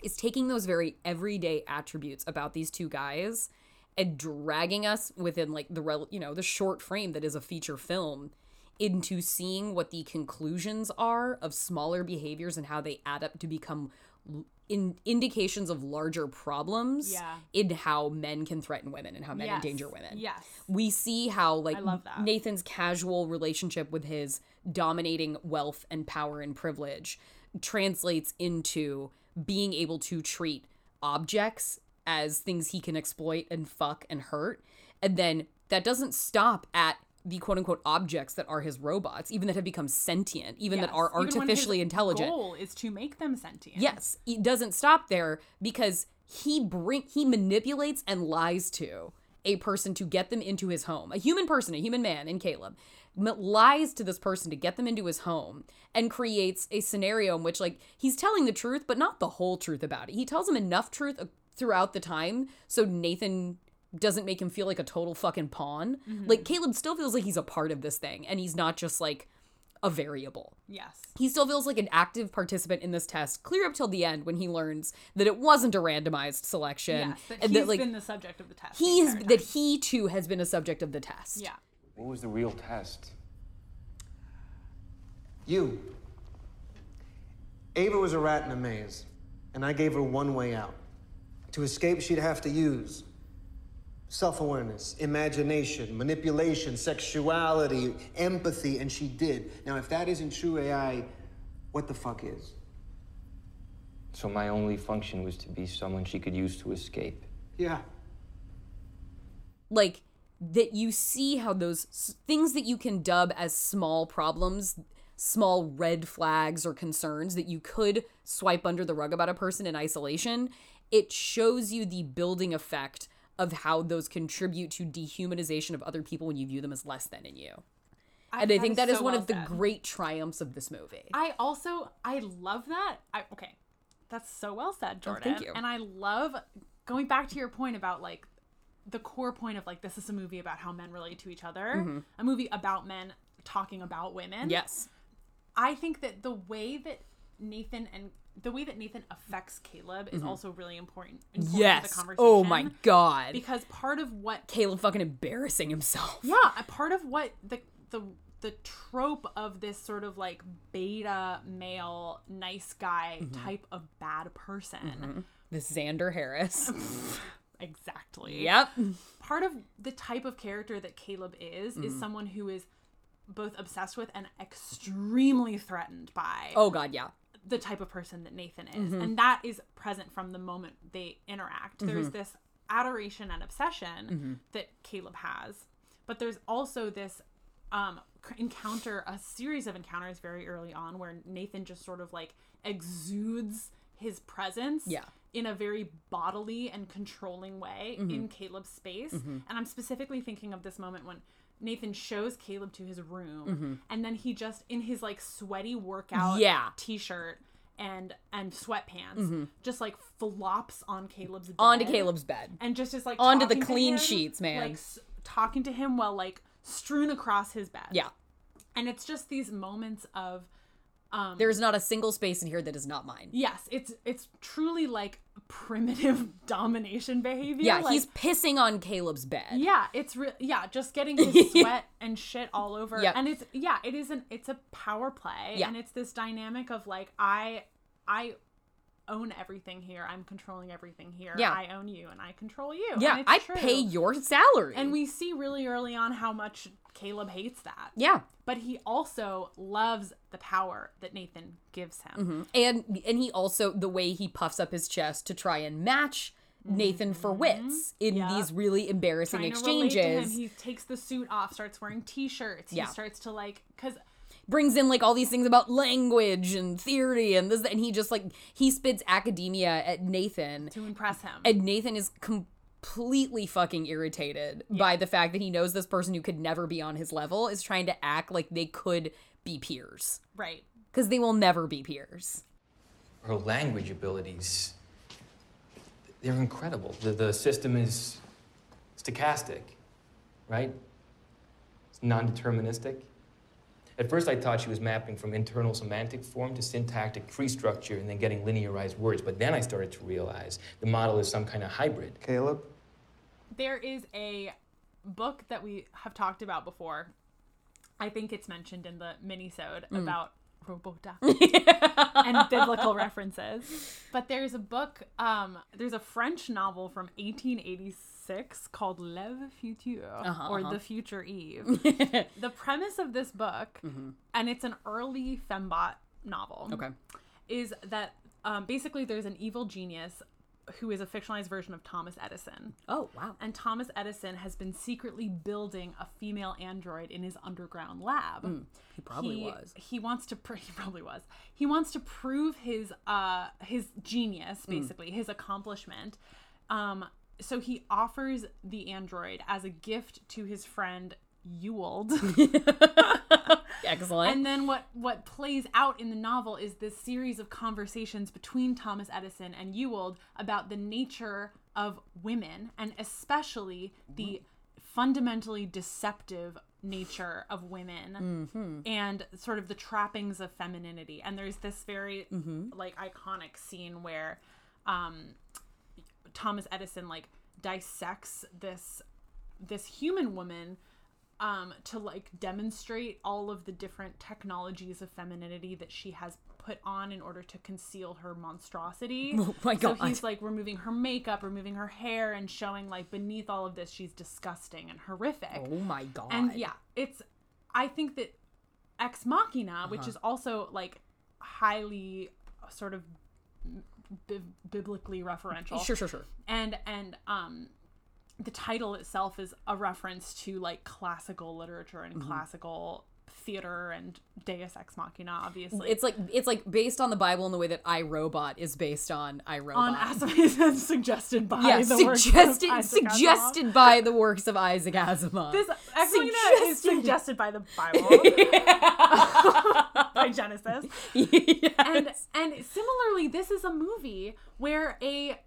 is taking those very everyday attributes about these two guys and dragging us within like the rel- you know the short frame that is a feature film into seeing what the conclusions are of smaller behaviors and how they add up to become l- in indications of larger problems
Yeah.
in how men can threaten women and how men
Yes.
endanger women
Yes.
we see how like
love that.
Nathan's casual relationship with his dominating wealth and power and privilege translates into being able to treat objects as things he can exploit and fuck and hurt. And then that doesn't stop at the quote unquote objects that are his robots, even that have become sentient, even that
Yes.
are
Even when his
artificially intelligent.
Goal is to make them sentient.
Yes, it doesn't stop there because he bring he manipulates and lies to a person to get them into his home. A human person, a human man in Caleb m- lies to this person to get them into his home and creates a scenario in which like he's telling the truth but not the whole truth about it. He tells him enough truth uh, throughout the time so Nathan doesn't make him feel like a total fucking pawn. Like Caleb still feels like he's a part of this thing and he's not just like a variable
Yes.
he still feels like an active participant in this test clear up till the end when he learns that it wasn't a randomized selection
Yes. That
and
he's
that like
been the subject of the test. the
he is
entire time.
that he too has been a subject of the test
Yeah.
What was the real test?
You.
Ava was a rat in a maze, and I gave her one way out. To escape, she'd have to use self awareness, imagination, manipulation, sexuality, empathy, and she did. Now, if that isn't true AI, what the fuck is?
So my only function was to be someone she could use to escape.
Yeah.
like that you see how those s- things that you can dub as small problems small red flags or concerns that you could swipe under the rug about a person in isolation it shows you the building effect of how those contribute to dehumanization of other people when you view them as less than in you. and I think that is
so
one
well
of the
said.
great triumphs of this movie.
I also I love that. I okay. That's so well said, Jordan.
Oh, thank you.
And I love going back to your point about like the core point of like this is a movie about how men relate to each other,
Mm-hmm.
a movie about men talking about women.
yes.
I think that the way that Nathan and the way that Nathan affects Caleb is also really important. important to The
Mm-hmm. Yes.
conversation
Oh my god.
Because part of what
Caleb fucking embarrassing himself.
yeah, a part of what the the the trope of this sort of like beta male nice guy type of bad person.
This Xander Harris.
Exactly.
yep.
Part of the type of character that Caleb is is someone who is both obsessed with and extremely threatened by
Oh god, yeah.
the type of person that Nathan is.
Mm-hmm.
And that is present from the moment they interact. There's
Mm-hmm.
this adoration and obsession that Caleb has, but there's also this um, c- encounter, a series of encounters very early on where Nathan just sort of like exudes his presence
Yeah.
in a very bodily and controlling way
Mm-hmm.
in Caleb's space. And I'm specifically thinking of this moment when Nathan shows Caleb to his room and then he just in his like sweaty workout
Mm-hmm. Yeah.
t-shirt and and sweatpants just like flops on Caleb's bed
Mm-hmm. Onto Caleb's bed.
and just is like
Onto the
talking to
clean
him,
sheets, man.
Like s- talking to him while like strewn across his bed.
Yeah.
And it's just these moments of um,
There's not a single space in here that is not mine.
yes, it's it's truly like primitive domination behavior.
Yeah,
like,
he's pissing on Caleb's bed.
Yeah, it's real. Yeah, just getting his sweat and shit all over.
Yep.
And it's yeah, it is an it's a power play,
Yeah.
and it's this dynamic of like I I own everything here. I'm controlling everything here.
Yeah.
I own you, and I control you. and
Yeah,
it's
I
true.
pay your salary.
And we see really early on how much Caleb hates that.
yeah.
But he also loves the power that Nathan gives him.
Mm-hmm. And and he also the way he puffs up his chest to try and match Nathan for wits in
Mm-hmm. Yeah.
these really embarrassing
Trying to relate
exchanges.
to him, he takes the suit off, starts wearing t-shirts.
Yeah.
He starts to like because
brings in like all these things about language and theory and this and he just like he spits academia at Nathan
to impress him.
and Nathan is completely fucking irritated by the fact that he knows this person who could never be on his level is trying to act like they could be peers
right.
cuz they will never be peers.
Her language abilities, they're incredible. The, the system is stochastic, right? It's non deterministic. At first, I thought she was mapping from internal semantic form to syntactic tree structure and then getting linearized words, but then I started to realize the model is some kind of hybrid.
Caleb?
there is a book that we have talked about before. I think it's mentioned in the minisode about Robota and biblical references. But there's a book, um, there's a French novel from 1886 called L'Eve Future or The Future Eve. the premise of this book, and it's an early fembot novel
Okay.
is that um, basically there's an evil genius who is a fictionalized version of Thomas Edison.
Oh, wow.
And Thomas Edison has been secretly building a female android in his underground lab. he
Hmm. probably was.
He wants to. Pr- he probably was. He wants to prove his uh his genius,
Hmm.
basically his accomplishment. Um, so he offers the android as a gift to his friend Ewald.
Excellent.
And then what what plays out in the novel is this series of conversations between Thomas Edison and Ewald about the nature of women and especially the fundamentally deceptive nature of women and sort of the trappings of femininity. And there's this very like iconic scene where um Thomas Edison like dissects this this human woman um, to like demonstrate all of the different technologies of femininity that she has put on in order to conceal her monstrosity.
Oh my God.
So he's like removing her makeup, removing her hair, and showing like beneath all of this she's disgusting and horrific.
oh my god.
And yeah, it's I think that Ex Machina, which
Uh-huh.
is also like highly sort of bi- biblically referential,
Sure, sure, sure.
and and um Mm-hmm. the title itself is a reference to like classical literature and classical theater and Deus Ex Machina, obviously.
It's like it's like based on the Bible in the way that I Robot is based on I Robot.
on Asimov suggested by
yeah,
the
suggested
works of Isaac Asimov.
suggested by the works of Isaac Asimov.
This Equina is
Suggested.
suggested by the Bible by Genesis.
Yes.
and and similarly, this is a movie where a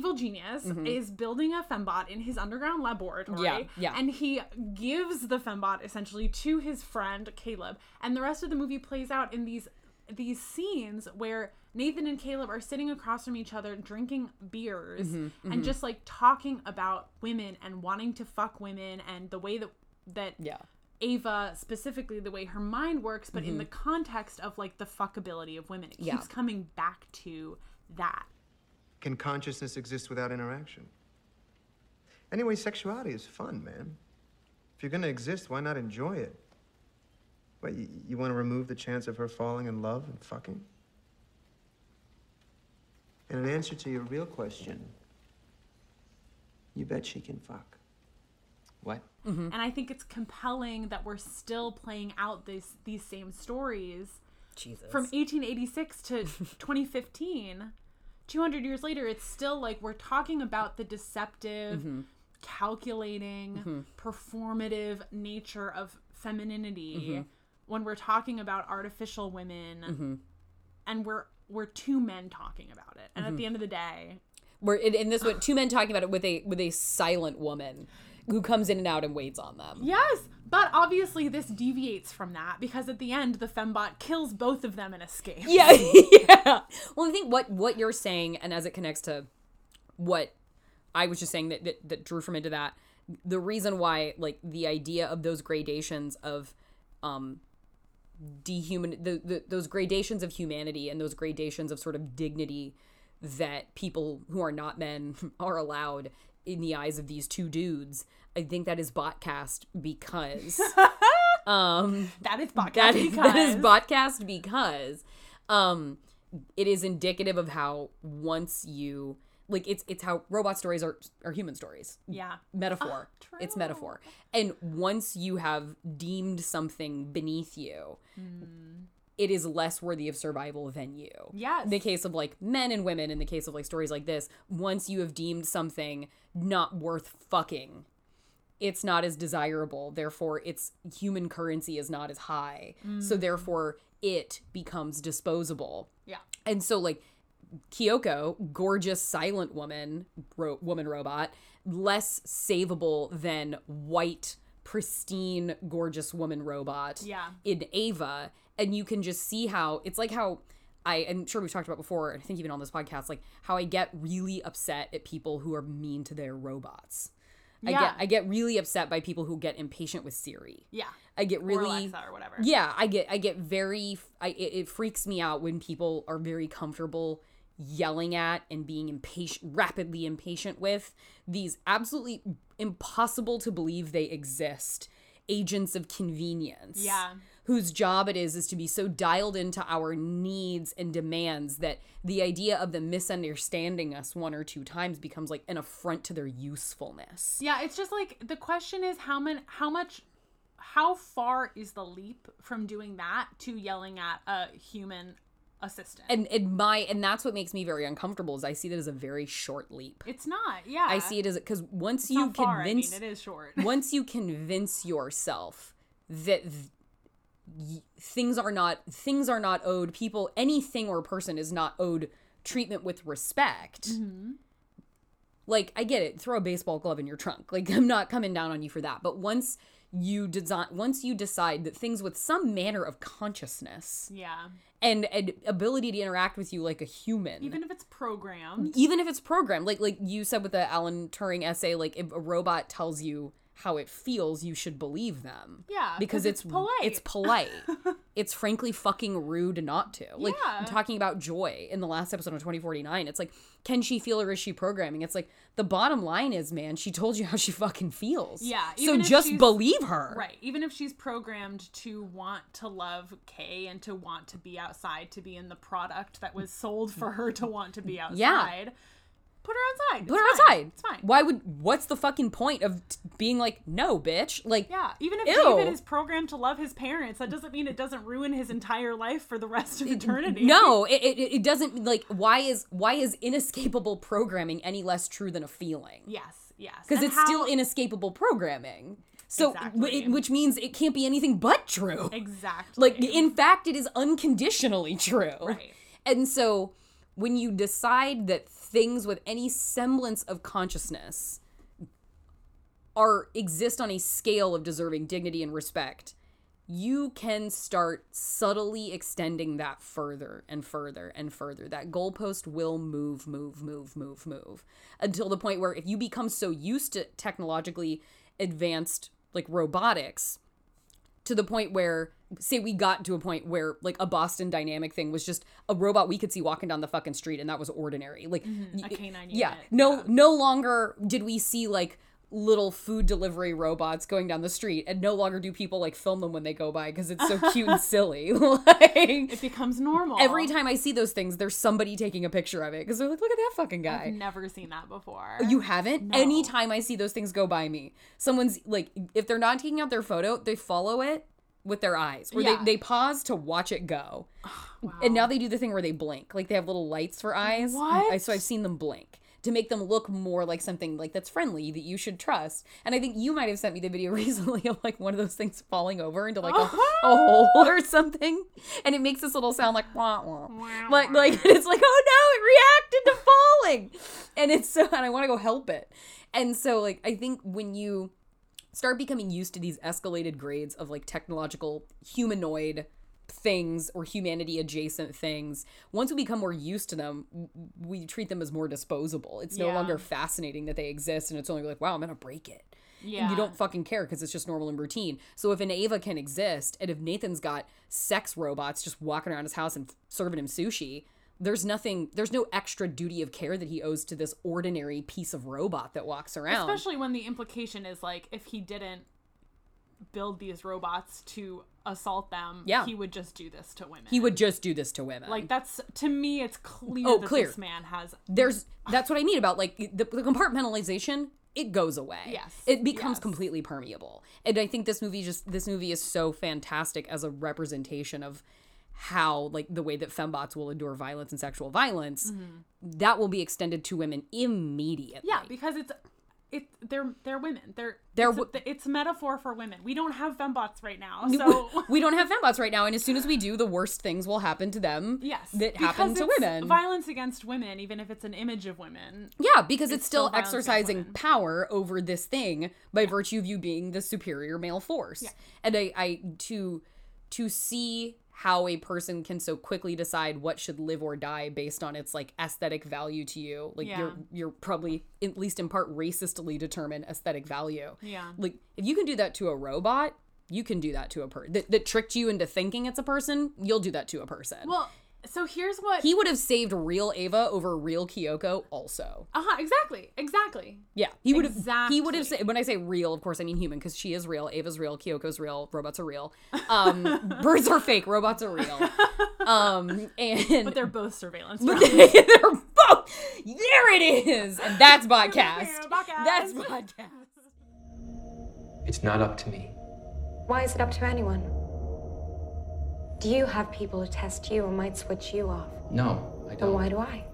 evil genius is building a fembot in his underground laboratory.
Yeah, yeah.
And he gives the fembot essentially to his friend Caleb, and the rest of the movie plays out in these these scenes where Nathan and Caleb are sitting across from each other drinking beers
Mm-hmm,
and just like talking about women and wanting to fuck women and the way that that
yeah.
Ava specifically the way her mind works, but in the context of like the fuckability of women. It
Mm-hmm. Yeah.
keeps coming back to that.
Can consciousness exist without interaction? Anyway, sexuality is fun, man. If you're gonna exist, why not enjoy it? What, you, you wanna remove the chance of her falling in love and fucking? And in answer to your real question, you bet she can fuck.
What?
And I think it's compelling that we're still playing out this these same stories
Jesus.
from 1886 to 2015. 200 years later, it's still like we're talking about the deceptive, calculating, performative nature of femininity when we're talking about artificial women and we're we're two men talking about it. And at the end of the day,
Where in, in this what two men talking about it with a with a silent woman who comes in and out and waits on them.
yes, but obviously this deviates from that because at the end the fembot kills both of them and escapes.
Yeah, yeah. Well, I think what what you're saying, and as it connects to what I was just saying that that, that drew from into that, the reason why like the idea of those gradations of um dehuman the, the those gradations of humanity and those gradations of sort of dignity that people who are not men are allowed in the eyes of these two dudes i think that is botcast because
That is podcast
that is that is
because-
podcast because um it is indicative of how once you like it's it's how robot stories are are human stories
yeah.
metaphor it's metaphor and once you have deemed something beneath you it is less worthy of survival than you
Yes.
in the case of like men and women in the case of like stories like this once you have deemed something not worth fucking it's not as desirable therefore its human currency is not as high so therefore it becomes disposable
Yeah.
and so like Kyoko, gorgeous silent woman, ro- woman robot, less savable than white pristine gorgeous woman robot
Yeah.
in Ava and you can just see how it's like how I am sure we've talked about before, I think even on this podcast, like how I get really upset at people who are mean to their robots. I
Yeah.
get I get really upset by people who get impatient with Siri.
Yeah.
I get really
or Alexa or whatever.
yeah, I get I get very I it, it freaks me out when people are very comfortable yelling at and being impatient rapidly impatient with these absolutely impossible to believe they exist agents of convenience.
Yeah.
Whose job it is is to be so dialed into our needs and demands that the idea of them misunderstanding us one or two times becomes like an affront to their usefulness.
Yeah, it's just like the question is how many, how much, how far is the leap from doing that to yelling at a human assistant?
And and my and that's what makes me very uncomfortable is I see that as a very short leap.
it's not. Yeah,
I see it as because once
It's
you
not far,
convince
I mean, it is short.
once you convince yourself that th- y- things are not things are not owed people anything or person is not owed treatment with respect.
Mm-hmm.
Like I get it, throw a baseball glove in your trunk. Like I'm not coming down on you for that. But once you design once you decide that things with some manner of consciousness
yeah,
and, and ability to interact with you like a human
even if it's programmed.
even if it's programmed like like you said with the alan turing essay like if a robot tells you how it feels you should believe them
Yeah,
because
'cause it's
it's
polite.
it's polite it's frankly fucking rude not to like
Yeah.
talking about joy in the last episode of 2049 it's like can she feel or is she programming it's like the bottom line is man she told you how she fucking feels
Yeah,
so
even if
just
she's-
believe her
Right. Even if she's programmed to want to love Kay and to want to be outside, to be in the product that was sold for her to want to be outside, Put her outside.
Put
It's
her
fine.
outside.
It's fine.
Why would? What's the fucking point of t- being like, no, bitch? Like,
Yeah, even if
Ew.
David is programmed to love his parents, that doesn't mean it doesn't ruin his entire life for the rest of eternity.
no, it, it it doesn't. Like, why is why is inescapable programming any less true than a feeling?
Yes, yes.
because
And
it's
how-
still inescapable programming. So, w-
Exactly.
it, which means it can't be anything but true.
Exactly.
Like, in fact, it is unconditionally true.
Right.
And so, when you decide that things with any semblance of consciousness are exist on a scale of deserving dignity and respect, you can start subtly extending that further and further and further. That goalpost will move, move, move, move, move until the point where if you become so used to technologically advanced like robotics to the point where say we got to a point where like a Boston dynamic thing was just a robot we could see walking down the fucking street and that was ordinary. Like y-
a canine
Mm-hmm. yeah,
unit,
no no longer did we see like little food delivery robots going down the street and no longer do people like film them when they go by because it's so cute and silly. like
it becomes normal.
every time I see those things there's somebody taking a picture of it because they're like look at that fucking guy.
I've never seen that before.
You haven't? Anytime I see those things go by me, someone's like, if they're not taking out their photo, they follow it with their eyes or
Yeah.
they, they pause to watch it go. And now they do the thing where they blink. Like they have little lights for eyes.
What?
I, so I've seen them blink to make them look more like something like that's friendly that you should trust. And I think you might have sent me the video recently of like one of those things falling over into like a, a hole or something. And it makes this little sound like wah wah. Like like it's like, oh no, it reacted to falling. And it's so and I want to go help it. And so like I think when you start becoming used to these escalated grades of like technological humanoid things or humanity adjacent things once we become more used to them w- we treat them as more disposable it's no
Yeah.
longer fascinating that they exist and it's only like wow i'm gonna break it
yeah.
and you don't fucking care because it's just normal and routine so if an ava can exist and if nathan's got sex robots just walking around his house and serving him sushi there's nothing there's no extra duty of care that he owes to this ordinary piece of robot that walks around
Especially when the implication is like if he didn't build these robots to assault them,
Yeah.
he would just do this to women.
he would just do this to women
like that's to me it's clear
Oh,
that
clear.
this man has
there's that's what I mean about like the, the compartmentalization. It goes away.
Yes,
it becomes
yes.
completely permeable, and I think this movie just this movie is so fantastic as a representation of how like the way that fembots will endure violence and sexual violence that will be extended to women immediately.
Mm-hmm. Yeah, because it's it they're they're women. They're
They're
it's, a-
wo-
it's a metaphor for women. We don't have fembots right now. So
we don't have fembots right now, and as soon as we do, the worst things will happen to them.
yes,
that
because
happen to
it's
women.
Violence against women, even if it's an image of women.
Yeah, because it's, still,
still violence against
exercising
women.
power over this thing by virtue of you being the superior male force. And I, I to to see how a person can so quickly decide what should live or die based on its like aesthetic value to you. Like you're
Yeah.
you're probably at least in part racistly determined aesthetic value.
Yeah.
Like if you can do that to a robot, you can do that to a person that, that tricked you into thinking it's a person. You'll do that to a person.
Well, so here's what.
he would have saved real Ava over real Kyoko also.
uh huh. Exactly. Exactly.
Yeah, he would have. He would have
Exactly.
said when I say real, of course I mean human because she is real. Ava's real. Kyoko's real. Robots are real. Um, birds are fake. Robots are real. Um, and
But they're both surveillance.
but
robots.
they- they're both. There it is, and that's podcast.
podcast.
That's podcast.
It's not up to me.
Why is it up to anyone? Do you have people who test you and might switch you off?
No, I
Then why
don't.
do Oh, I?